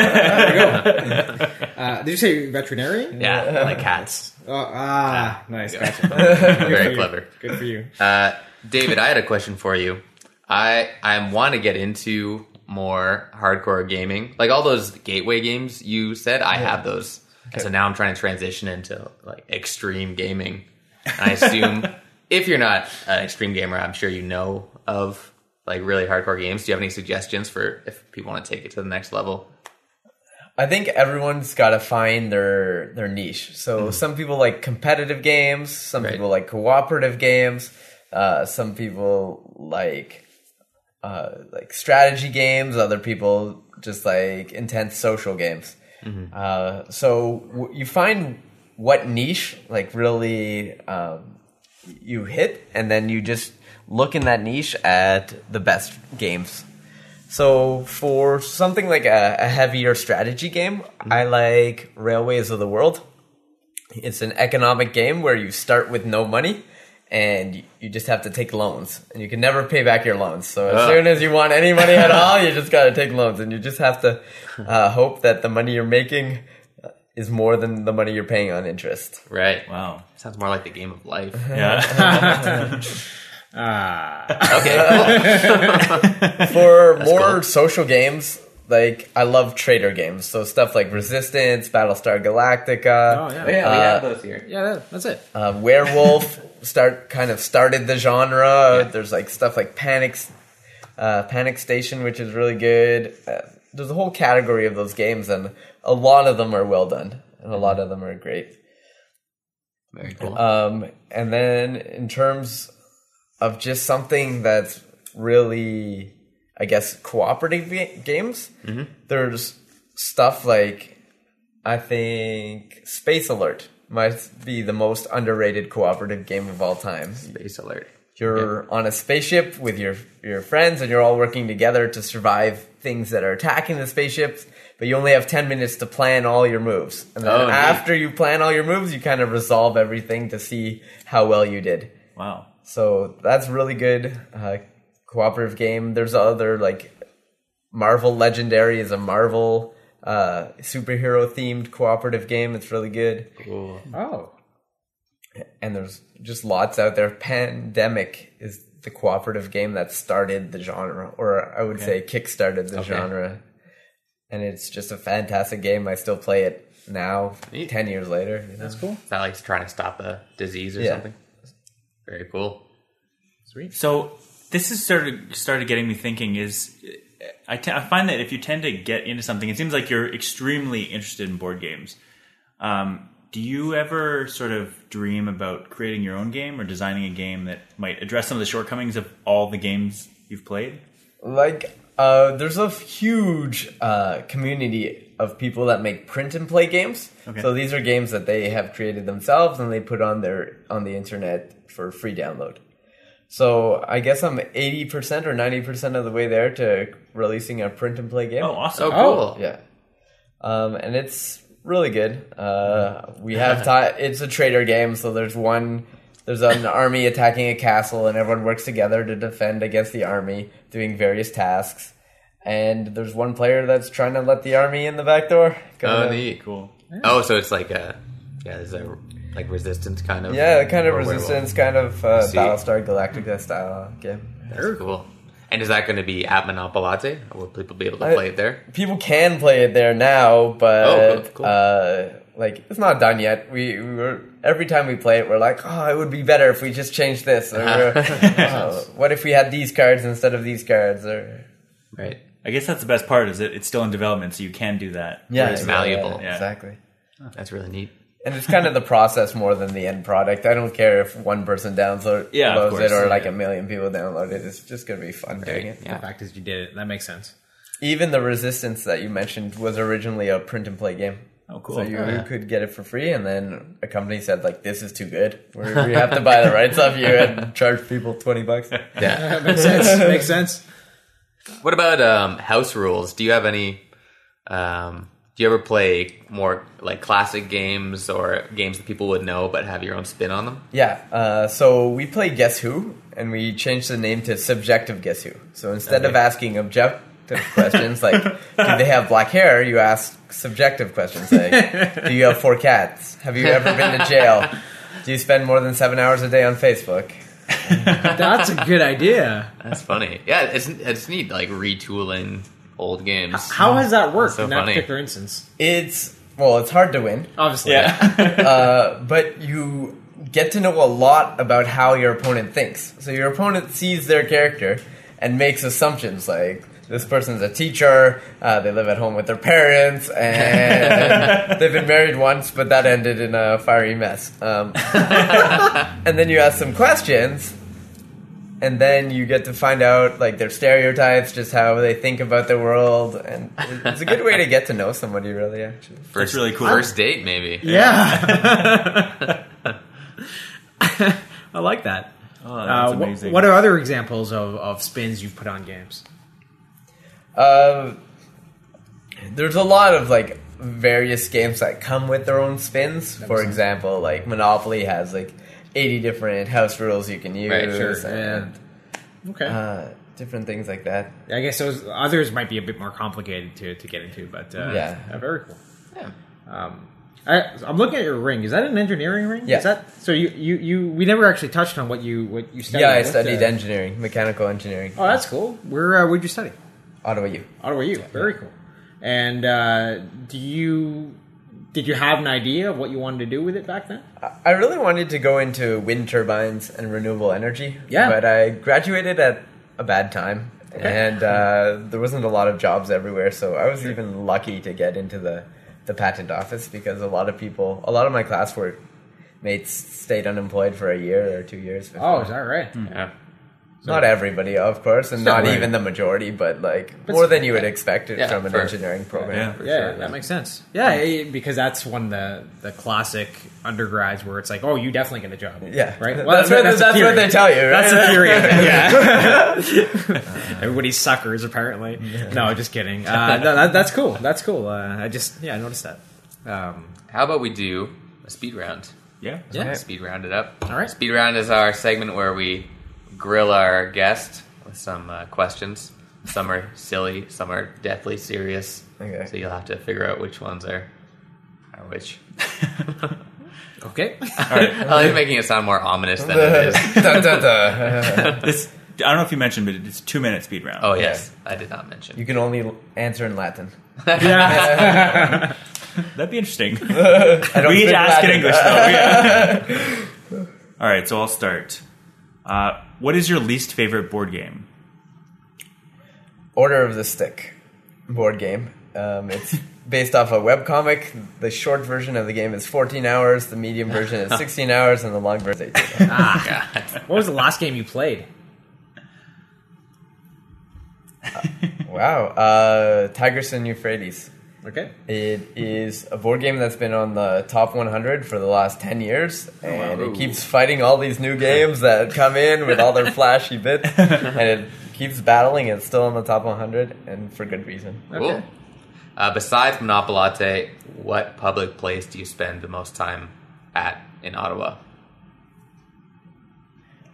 [SPEAKER 3] Uh, did you say veterinarian?
[SPEAKER 1] yeah, like cats.
[SPEAKER 3] Oh, ah, nice. Gotcha.
[SPEAKER 1] Very
[SPEAKER 3] you.
[SPEAKER 1] clever.
[SPEAKER 3] Good for *laughs* you.
[SPEAKER 1] Uh, David, I had a question for you. I I want to get into more hardcore gaming, like all those gateway games you said. I have those, and so now I'm trying to transition into like extreme gaming. And I *laughs* assume if you're not an extreme gamer, I'm sure you know of like really hardcore games. Do you have any suggestions for if people want to take it to the next level?
[SPEAKER 2] I think everyone's got to find their their niche. So some people like competitive games, some
[SPEAKER 1] Right.
[SPEAKER 2] people like cooperative games, uh, some people like uh, like strategy games, other people just like intense social games. Uh, so w- you find what niche like really um, you hit, and then you just look in that niche at the best games. So for something like a, a heavier strategy game, I
[SPEAKER 3] Mm-hmm.
[SPEAKER 2] like Railways of the World. It's an economic game where you start with no money and you just have to take loans and you can never pay back your loans. So as
[SPEAKER 3] Ah.
[SPEAKER 1] Ugh.
[SPEAKER 2] soon as you want any money
[SPEAKER 3] *laughs*
[SPEAKER 2] at all, you just got to take loans and you just have to uh, hope that the money you're making uh, is more than the money you're paying on interest.
[SPEAKER 1] Right.
[SPEAKER 4] Wow.
[SPEAKER 1] Sounds more like the game of *laughs* life.
[SPEAKER 4] Yeah. *laughs*
[SPEAKER 1] *laughs* Okay. Cool.
[SPEAKER 2] For more
[SPEAKER 1] cool.
[SPEAKER 2] social games, like I love trader games, so stuff like Resistance, Battlestar Galactica,
[SPEAKER 3] Oh yeah,
[SPEAKER 1] yeah,
[SPEAKER 3] Um,
[SPEAKER 1] we have those here.
[SPEAKER 3] yeah. that- That's it.
[SPEAKER 2] uh, Werewolf *laughs* start kind of started the genre. There's like stuff like Panic, uh, Panic Station, which is really good. Uh, there's a whole category of those games, and a lot of them are well done, and a lot of them are great.
[SPEAKER 1] Very cool.
[SPEAKER 2] Um, and then in terms of just something that's really, I guess, cooperative ga- games, there's stuff like I think Space Alert might be the most underrated cooperative game of all time.
[SPEAKER 1] Base alert.
[SPEAKER 2] You're on a spaceship with your your friends, and you're all working together to survive things that are attacking the spaceships. But you only have ten minutes to plan all your moves, and then
[SPEAKER 1] Oh, neat.
[SPEAKER 2] after you plan all your moves, you kind of resolve everything to see how well you did.
[SPEAKER 4] Wow.
[SPEAKER 2] So that's really good uh, cooperative game. There's other like Marvel Legendary is a Marvel uh, superhero themed cooperative game. It's really good,
[SPEAKER 1] Cool.
[SPEAKER 3] Oh,
[SPEAKER 2] and there's just lots out there. Pandemic is the cooperative game that started the genre, or I would say kickstarted the genre. And it's just a fantastic game. I still play it now,
[SPEAKER 1] Neat.
[SPEAKER 2] ten years later. you know.
[SPEAKER 3] that's cool.
[SPEAKER 1] It's not like trying to stop a disease or
[SPEAKER 2] Yeah.
[SPEAKER 1] something. Very cool.
[SPEAKER 3] Sweet.
[SPEAKER 4] So this has started started getting me thinking. Is I te- I find that if you tend to get into something, it seems like you're extremely interested in board games. Um, do you ever sort of dream about creating your own game or designing a game that might address some of the shortcomings of all the games you've played?
[SPEAKER 2] Like, uh, there's a huge uh, community of people that make print and play games.
[SPEAKER 4] Okay.
[SPEAKER 2] So these are games that they have created themselves and they put on their on the internet for free download. So I guess I'm 80% or 90% of the way there to releasing a print and play game.
[SPEAKER 4] Oh,
[SPEAKER 1] Oh,
[SPEAKER 4] awesome!
[SPEAKER 3] Oh.
[SPEAKER 1] cool.
[SPEAKER 2] Yeah. Um, and it's really good. Uh,
[SPEAKER 1] Mm.
[SPEAKER 2] we have
[SPEAKER 1] *laughs*
[SPEAKER 2] ti it's a trader game, so there's one there's an army attacking a castle and everyone works together to defend against the army, doing various tasks. And there's one player that's trying to let the army in the back door.
[SPEAKER 1] Oh,
[SPEAKER 2] Kinda-
[SPEAKER 1] neat.
[SPEAKER 4] Cool.
[SPEAKER 1] Oh, so it's like a yeah, there's a like resistance kind of
[SPEAKER 2] Yeah, kind of
[SPEAKER 1] or werewolf.
[SPEAKER 2] resistance, kind of uh,
[SPEAKER 1] see.
[SPEAKER 2] Battlestar Galactica style game.
[SPEAKER 1] That's cool. And is that going to be at Monopolate? Or will people be able to
[SPEAKER 2] I-
[SPEAKER 1] play it there?
[SPEAKER 2] people can play it there now, but
[SPEAKER 1] Oh, cool, cool.
[SPEAKER 2] Uh, like it's not done yet. We, we were every time we play it, we're like, oh, it would be better if we just changed this. Or "Oh, what if we had these cards instead of these cards? Or
[SPEAKER 1] Right.
[SPEAKER 4] I guess that's the best part. Is that it's still in development, so you can do that.
[SPEAKER 2] yeah,
[SPEAKER 1] it's malleable.
[SPEAKER 4] Yeah.
[SPEAKER 2] exactly.
[SPEAKER 1] That's really neat.
[SPEAKER 2] And it's kind of the process more than the end product. I don't care if one person downloads
[SPEAKER 4] Yeah, of
[SPEAKER 2] loads it or
[SPEAKER 4] course, yeah.
[SPEAKER 2] like a million people download it. It's just gonna be fun doing
[SPEAKER 1] Right.
[SPEAKER 2] it.
[SPEAKER 3] The
[SPEAKER 1] Yeah.
[SPEAKER 3] fact is, you did it. That makes sense.
[SPEAKER 2] Even the resistance that you mentioned was originally a print and play game.
[SPEAKER 4] Oh, cool.
[SPEAKER 2] So you
[SPEAKER 1] yeah.
[SPEAKER 2] could get it for free, and then a company said like, "This is too good.
[SPEAKER 1] *laughs*
[SPEAKER 2] We're, we have to buy the rights off you and charge people twenty bucks."
[SPEAKER 1] Yeah.
[SPEAKER 3] That makes sense. makes *laughs* sense.
[SPEAKER 1] what about um, house rules? Do you have any? Um, do you ever play more like classic games or games that people would know but have your own spin on them?
[SPEAKER 2] *laughs* Yeah. Uh, so we play Guess Who, and we changed the name to Subjective Guess Who. So instead of asking objective *laughs* questions like, "Do they have black hair?" you ask subjective questions like, "Do you have four cats? Have you ever been to jail? Do you spend more than seven hours a day on Facebook?"
[SPEAKER 3] That's a good idea.
[SPEAKER 1] That's funny. Yeah, it's it's neat like retooling old games.
[SPEAKER 3] How has that worked
[SPEAKER 1] so
[SPEAKER 3] in that
[SPEAKER 1] funny.
[SPEAKER 3] particular instance?
[SPEAKER 2] It's well, it's hard to win.
[SPEAKER 3] Obviously.
[SPEAKER 4] yeah.
[SPEAKER 2] *laughs* Uh, but you get to know a lot about how your opponent thinks. So your opponent sees their character and makes assumptions like this person's a teacher, uh, they live at home with their parents, and they've been married once, but that ended in a fiery mess. Um, and then you ask some questions. And then you get to find out like their stereotypes, just how they think about the world, and it's a good way to get to know somebody, really. Actually,
[SPEAKER 1] First,
[SPEAKER 4] really cool.
[SPEAKER 1] First date, maybe.
[SPEAKER 3] Yeah. I like that.
[SPEAKER 4] Oh,
[SPEAKER 3] Uh,
[SPEAKER 4] that's
[SPEAKER 3] wh-
[SPEAKER 4] amazing.
[SPEAKER 3] what are other examples of, of spins you've put on games?
[SPEAKER 2] Uh, there's a lot of like various games that come with their own spins. For example, like Monopoly has like 80 different house rules you can use
[SPEAKER 1] Right, sure,
[SPEAKER 2] and
[SPEAKER 3] Okay.
[SPEAKER 2] uh, different things like that.
[SPEAKER 3] I guess those others might be a bit more complicated to, to get into, but uh,
[SPEAKER 2] Yeah.
[SPEAKER 3] uh, very cool.
[SPEAKER 1] Yeah.
[SPEAKER 3] Um, I, I'm looking at your ring. Is that an engineering ring?
[SPEAKER 2] Yeah.
[SPEAKER 3] Is that so? You, you, you we never actually touched on what you what you studied.
[SPEAKER 2] yeah, I
[SPEAKER 3] What,
[SPEAKER 2] studied
[SPEAKER 3] uh,
[SPEAKER 2] engineering, mechanical engineering,
[SPEAKER 3] Oh, that's cool. Where uh, would you study?
[SPEAKER 2] Ottawa U.
[SPEAKER 3] Ottawa U. Very cool. And uh, do you did you have an idea of what you wanted to do with it back then?
[SPEAKER 2] I- I really wanted to go into wind turbines and renewable energy.
[SPEAKER 3] Yeah.
[SPEAKER 2] But I graduated at a bad time. And uh, there wasn't a lot of jobs everywhere, so I was even lucky to get into the, the patent office because a lot of people, a lot of my classwork mates stayed unemployed for a year or two years.
[SPEAKER 3] Oh,
[SPEAKER 2] Before.
[SPEAKER 3] is that right?
[SPEAKER 1] Yeah.
[SPEAKER 2] not everybody, of course, and not
[SPEAKER 1] Right.
[SPEAKER 2] even the majority, but like more than you would expect it
[SPEAKER 1] Yeah,
[SPEAKER 2] from an
[SPEAKER 1] fair.
[SPEAKER 2] engineering program.
[SPEAKER 4] Yeah.
[SPEAKER 1] For
[SPEAKER 3] yeah,
[SPEAKER 1] sure,
[SPEAKER 3] that
[SPEAKER 1] yeah.
[SPEAKER 3] makes sense. Yeah,
[SPEAKER 2] Hmm.
[SPEAKER 3] eh, because that's one of the the classic undergrads where it's like, oh, you definitely get a job.
[SPEAKER 2] Yeah.
[SPEAKER 3] right.
[SPEAKER 2] that's, what, that's,
[SPEAKER 3] a theory.
[SPEAKER 2] what they tell you. Right?
[SPEAKER 3] That's
[SPEAKER 2] *laughs*
[SPEAKER 3] a theory. of it, yeah. *laughs* Everybody's suckers, apparently. No, just
[SPEAKER 2] *laughs*
[SPEAKER 3] kidding. Uh, no, that, that's cool. That's cool. Uh, I just yeah, I noticed that. Um,
[SPEAKER 1] How about we do a speed round?
[SPEAKER 4] Yeah.
[SPEAKER 3] yeah.
[SPEAKER 1] Speed round it up.
[SPEAKER 3] All right.
[SPEAKER 1] Speed round is our segment where we grill our guest with some uh, questions. Some are silly, some are deathly serious.
[SPEAKER 2] Okay.
[SPEAKER 1] So you'll have to figure out which ones are, are which. *laughs*
[SPEAKER 3] Okay. *laughs*
[SPEAKER 1] I like making it sound more ominous than it
[SPEAKER 2] *laughs*
[SPEAKER 1] is.
[SPEAKER 2] Dun, dun, dun.
[SPEAKER 4] This I don't know if you mentioned, but it's two minute speed round.
[SPEAKER 1] Oh yes, I did not mention.
[SPEAKER 2] you can only l- answer in Latin.
[SPEAKER 3] yeah.
[SPEAKER 4] that'd be interesting. *laughs*
[SPEAKER 2] I don't
[SPEAKER 4] we need
[SPEAKER 2] speak
[SPEAKER 4] to ask
[SPEAKER 2] Latin.
[SPEAKER 4] in English though. Yeah. *laughs* All right, so I'll start. Uh, what is your least favorite board game?
[SPEAKER 2] Order of the Stick board game. Um, it's based off a webcomic. The short version of the game is 14 hours, the medium version is 16 hours, and the long version is 18. hours.
[SPEAKER 3] What was the last game you played?
[SPEAKER 2] wow. Uh, Tigris and Euphrates.
[SPEAKER 3] Okay.
[SPEAKER 2] It is a board game that's been on the top 100 for the last 10 years, and it keeps fighting all these new games that come in with all their flashy bits, and it keeps battling. It's still on the top 100, and for good reason.
[SPEAKER 1] Cool.
[SPEAKER 3] Okay.
[SPEAKER 1] Uh, besides Monopolate, what public place do you spend the most time at in Ottawa?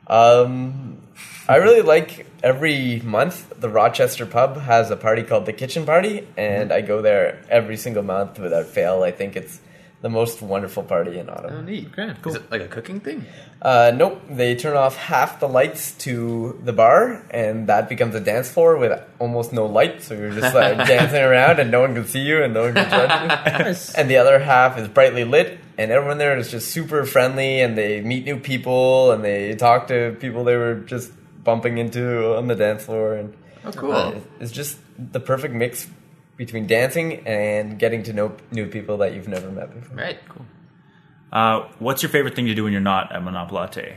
[SPEAKER 2] Um, I really like every month the Rochester pub has a party called the Kitchen Party, and I go there every single month without fail. I think it's the most wonderful party in Ottawa.
[SPEAKER 1] neat.
[SPEAKER 3] Okay. Cool.
[SPEAKER 1] Is it like a cooking thing?
[SPEAKER 2] Uh, nope, they turn off half the lights to the bar, and that becomes a dance floor with almost no light. So you're just like dancing around, and no one can see you, and no one can judge you.
[SPEAKER 3] Nice.
[SPEAKER 2] And the other half is brightly lit, and everyone there is just super friendly, and they meet new people, and they talk to people they were just bumping into on the dance floor, and
[SPEAKER 1] Oh, cool.
[SPEAKER 2] uh, it's just the perfect mix between dancing and getting to know new people that you've never met before.
[SPEAKER 1] Right. *laughs* Cool.
[SPEAKER 4] Uh, what's your favorite thing to do when you're not at Monopolate?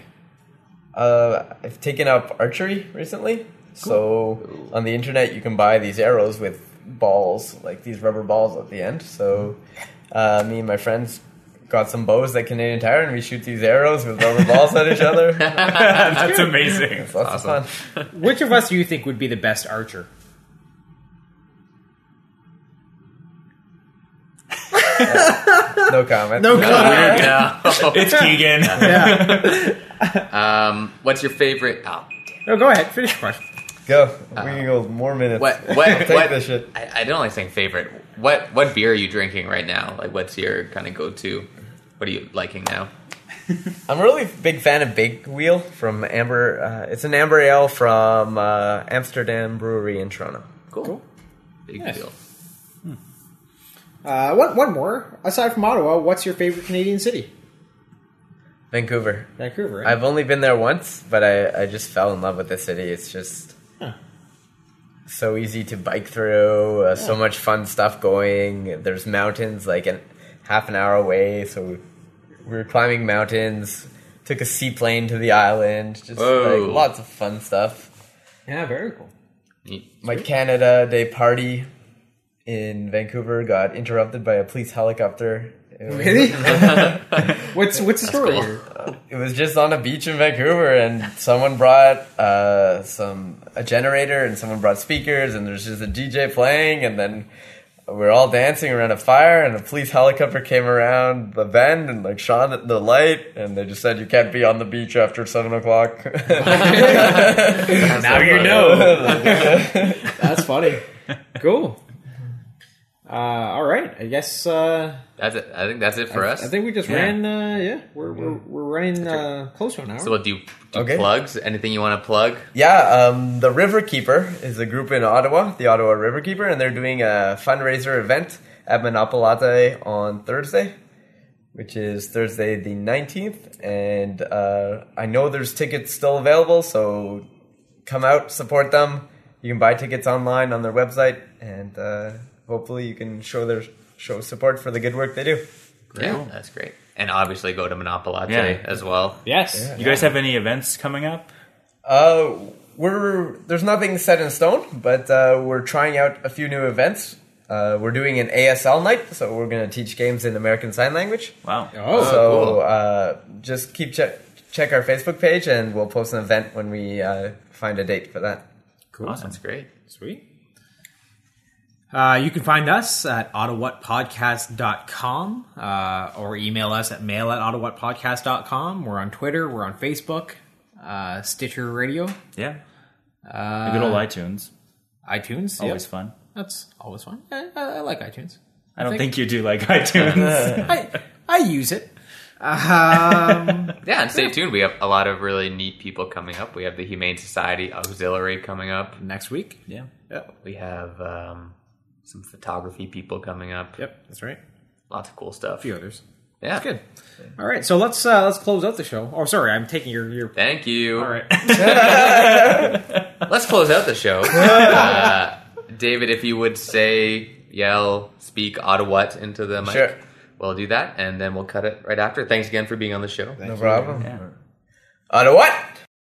[SPEAKER 2] Uh, I've taken up archery recently. So on the internet, you can buy these arrows with balls, like these rubber balls at the end. So uh, me and my friends got some bows at Canadian Tire, and we shoot these arrows with rubber balls at each
[SPEAKER 1] *laughs*
[SPEAKER 2] other. It's
[SPEAKER 4] That's *laughs* amazing.
[SPEAKER 2] lots
[SPEAKER 1] Awesome.
[SPEAKER 2] of fun.
[SPEAKER 3] Which of us do you think would be the best archer?
[SPEAKER 2] No comment.
[SPEAKER 1] Weird.
[SPEAKER 4] *laughs*
[SPEAKER 1] No.
[SPEAKER 4] It's Keegan.
[SPEAKER 1] um, what's your favorite? Oh,
[SPEAKER 3] No, go ahead. Finish your question.
[SPEAKER 2] Go. We can go more minutes. *laughs*
[SPEAKER 1] what? What?
[SPEAKER 2] Take
[SPEAKER 1] what
[SPEAKER 2] this shit.
[SPEAKER 1] I, I don't like saying favorite. What? What beer are you drinking right now? Like, what's your kind of go-to? What are you liking now?
[SPEAKER 2] I'm a really big fan of Big Wheel from Amber. Uh, it's an amber ale from uh, Amsterdam Brewery in Toronto.
[SPEAKER 1] Cool. Big
[SPEAKER 3] Nice.
[SPEAKER 1] deal.
[SPEAKER 3] Uh, one, one more. Aside from Ottawa, what's your favorite Canadian city?
[SPEAKER 2] Vancouver.
[SPEAKER 3] Vancouver. eh?
[SPEAKER 2] I've only been there once, but I, I just fell in love with the city. It's just
[SPEAKER 3] Huh.
[SPEAKER 2] so easy to bike through, uh, so much fun stuff going. There's mountains like an half an hour away, so we, we were climbing mountains, took a seaplane to the island, just
[SPEAKER 1] Whoa.
[SPEAKER 2] like lots of fun stuff.
[SPEAKER 3] yeah, very cool.
[SPEAKER 1] Neat.
[SPEAKER 2] My Canada Day party in Vancouver got interrupted by a police helicopter. It was-
[SPEAKER 3] Really? *laughs* what's what's the story?
[SPEAKER 1] cool.
[SPEAKER 3] here?
[SPEAKER 2] it was just on a beach in Vancouver, and someone brought uh, some a generator, and someone brought speakers, and there's just a DJ playing, and then we we're all dancing around a fire, and a police helicopter came around the bend and like shone at the light, and they just said you can't be on the beach after seven o'clock. *laughs*
[SPEAKER 1] Now you
[SPEAKER 3] *laughs* That's funny. Cool. Uh, all right. I guess uh,
[SPEAKER 1] That's it. I think that's it for us.
[SPEAKER 3] I think we just
[SPEAKER 4] Yeah.
[SPEAKER 3] ran. Uh, yeah, we're we're, we're running uh, close to an hour.
[SPEAKER 1] so. We'll do, do
[SPEAKER 2] Okay.
[SPEAKER 1] plugs. Anything you want to plug?
[SPEAKER 2] Yeah, um, the River Keeper is a group in Ottawa, the Ottawa River Keeper, and they're doing a fundraiser event at Monopolate on Thursday, which is Thursday the 19th. And uh, I know there's tickets still available, so come out, support them. You can buy tickets online on their website, and uh, hopefully you can show their show support for the good work they do.
[SPEAKER 1] Yeah, that's great. And obviously go to Monopolate
[SPEAKER 4] Yeah.
[SPEAKER 1] as well.
[SPEAKER 3] yes.
[SPEAKER 4] You guys have any events coming up?
[SPEAKER 2] Uh, we're there's nothing set in stone, but uh, we're trying out a few new events. Uh, we're doing an ASL night, so we're going to teach games in American Sign Language.
[SPEAKER 4] Wow.
[SPEAKER 3] Oh,
[SPEAKER 2] so
[SPEAKER 1] cool.
[SPEAKER 2] uh, just keep check check our Facebook page, and we'll post an event when we uh, find a date for that.
[SPEAKER 3] cool.
[SPEAKER 4] Awesome.
[SPEAKER 1] That's great.
[SPEAKER 3] Sweet. Uh, you can find us at ottawatpodcast.com uh, or email us at mail at ottawatpodcast.com. We're on Twitter, we're on Facebook, uh, Stitcher Radio,
[SPEAKER 4] Yeah. Uh, good old iTunes.
[SPEAKER 3] iTunes.
[SPEAKER 4] Always
[SPEAKER 3] Yep.
[SPEAKER 4] fun.
[SPEAKER 3] That's always fun. I, I, I like iTunes.
[SPEAKER 4] I don't
[SPEAKER 3] think-
[SPEAKER 4] think, you do like *laughs* iTunes.
[SPEAKER 3] I, *laughs* I use it. Um,
[SPEAKER 1] Yeah, and stay tuned. We have a lot of really neat people coming up. We have the Humane Society Auxiliary coming up.
[SPEAKER 3] next week.
[SPEAKER 4] *laughs* yeah.
[SPEAKER 3] Yep.
[SPEAKER 1] We have um, some photography people coming up.
[SPEAKER 3] Yep, that's right.
[SPEAKER 1] Lots of cool stuff.
[SPEAKER 3] A few others.
[SPEAKER 1] Yeah.
[SPEAKER 3] That's good. All right, so let's uh, let's close out the show. Oh, sorry, I'm taking your your.
[SPEAKER 1] Thank you.
[SPEAKER 3] All right.
[SPEAKER 1] *laughs* Let's close out the
[SPEAKER 3] *laughs*
[SPEAKER 1] show. uh, David, if you would say, yell, speak Ottawa into the mic,
[SPEAKER 2] Sure.
[SPEAKER 1] we'll do that, and then we'll cut it right after. Thanks again for being on the show.
[SPEAKER 2] no problem.
[SPEAKER 4] Yeah.
[SPEAKER 2] On a what?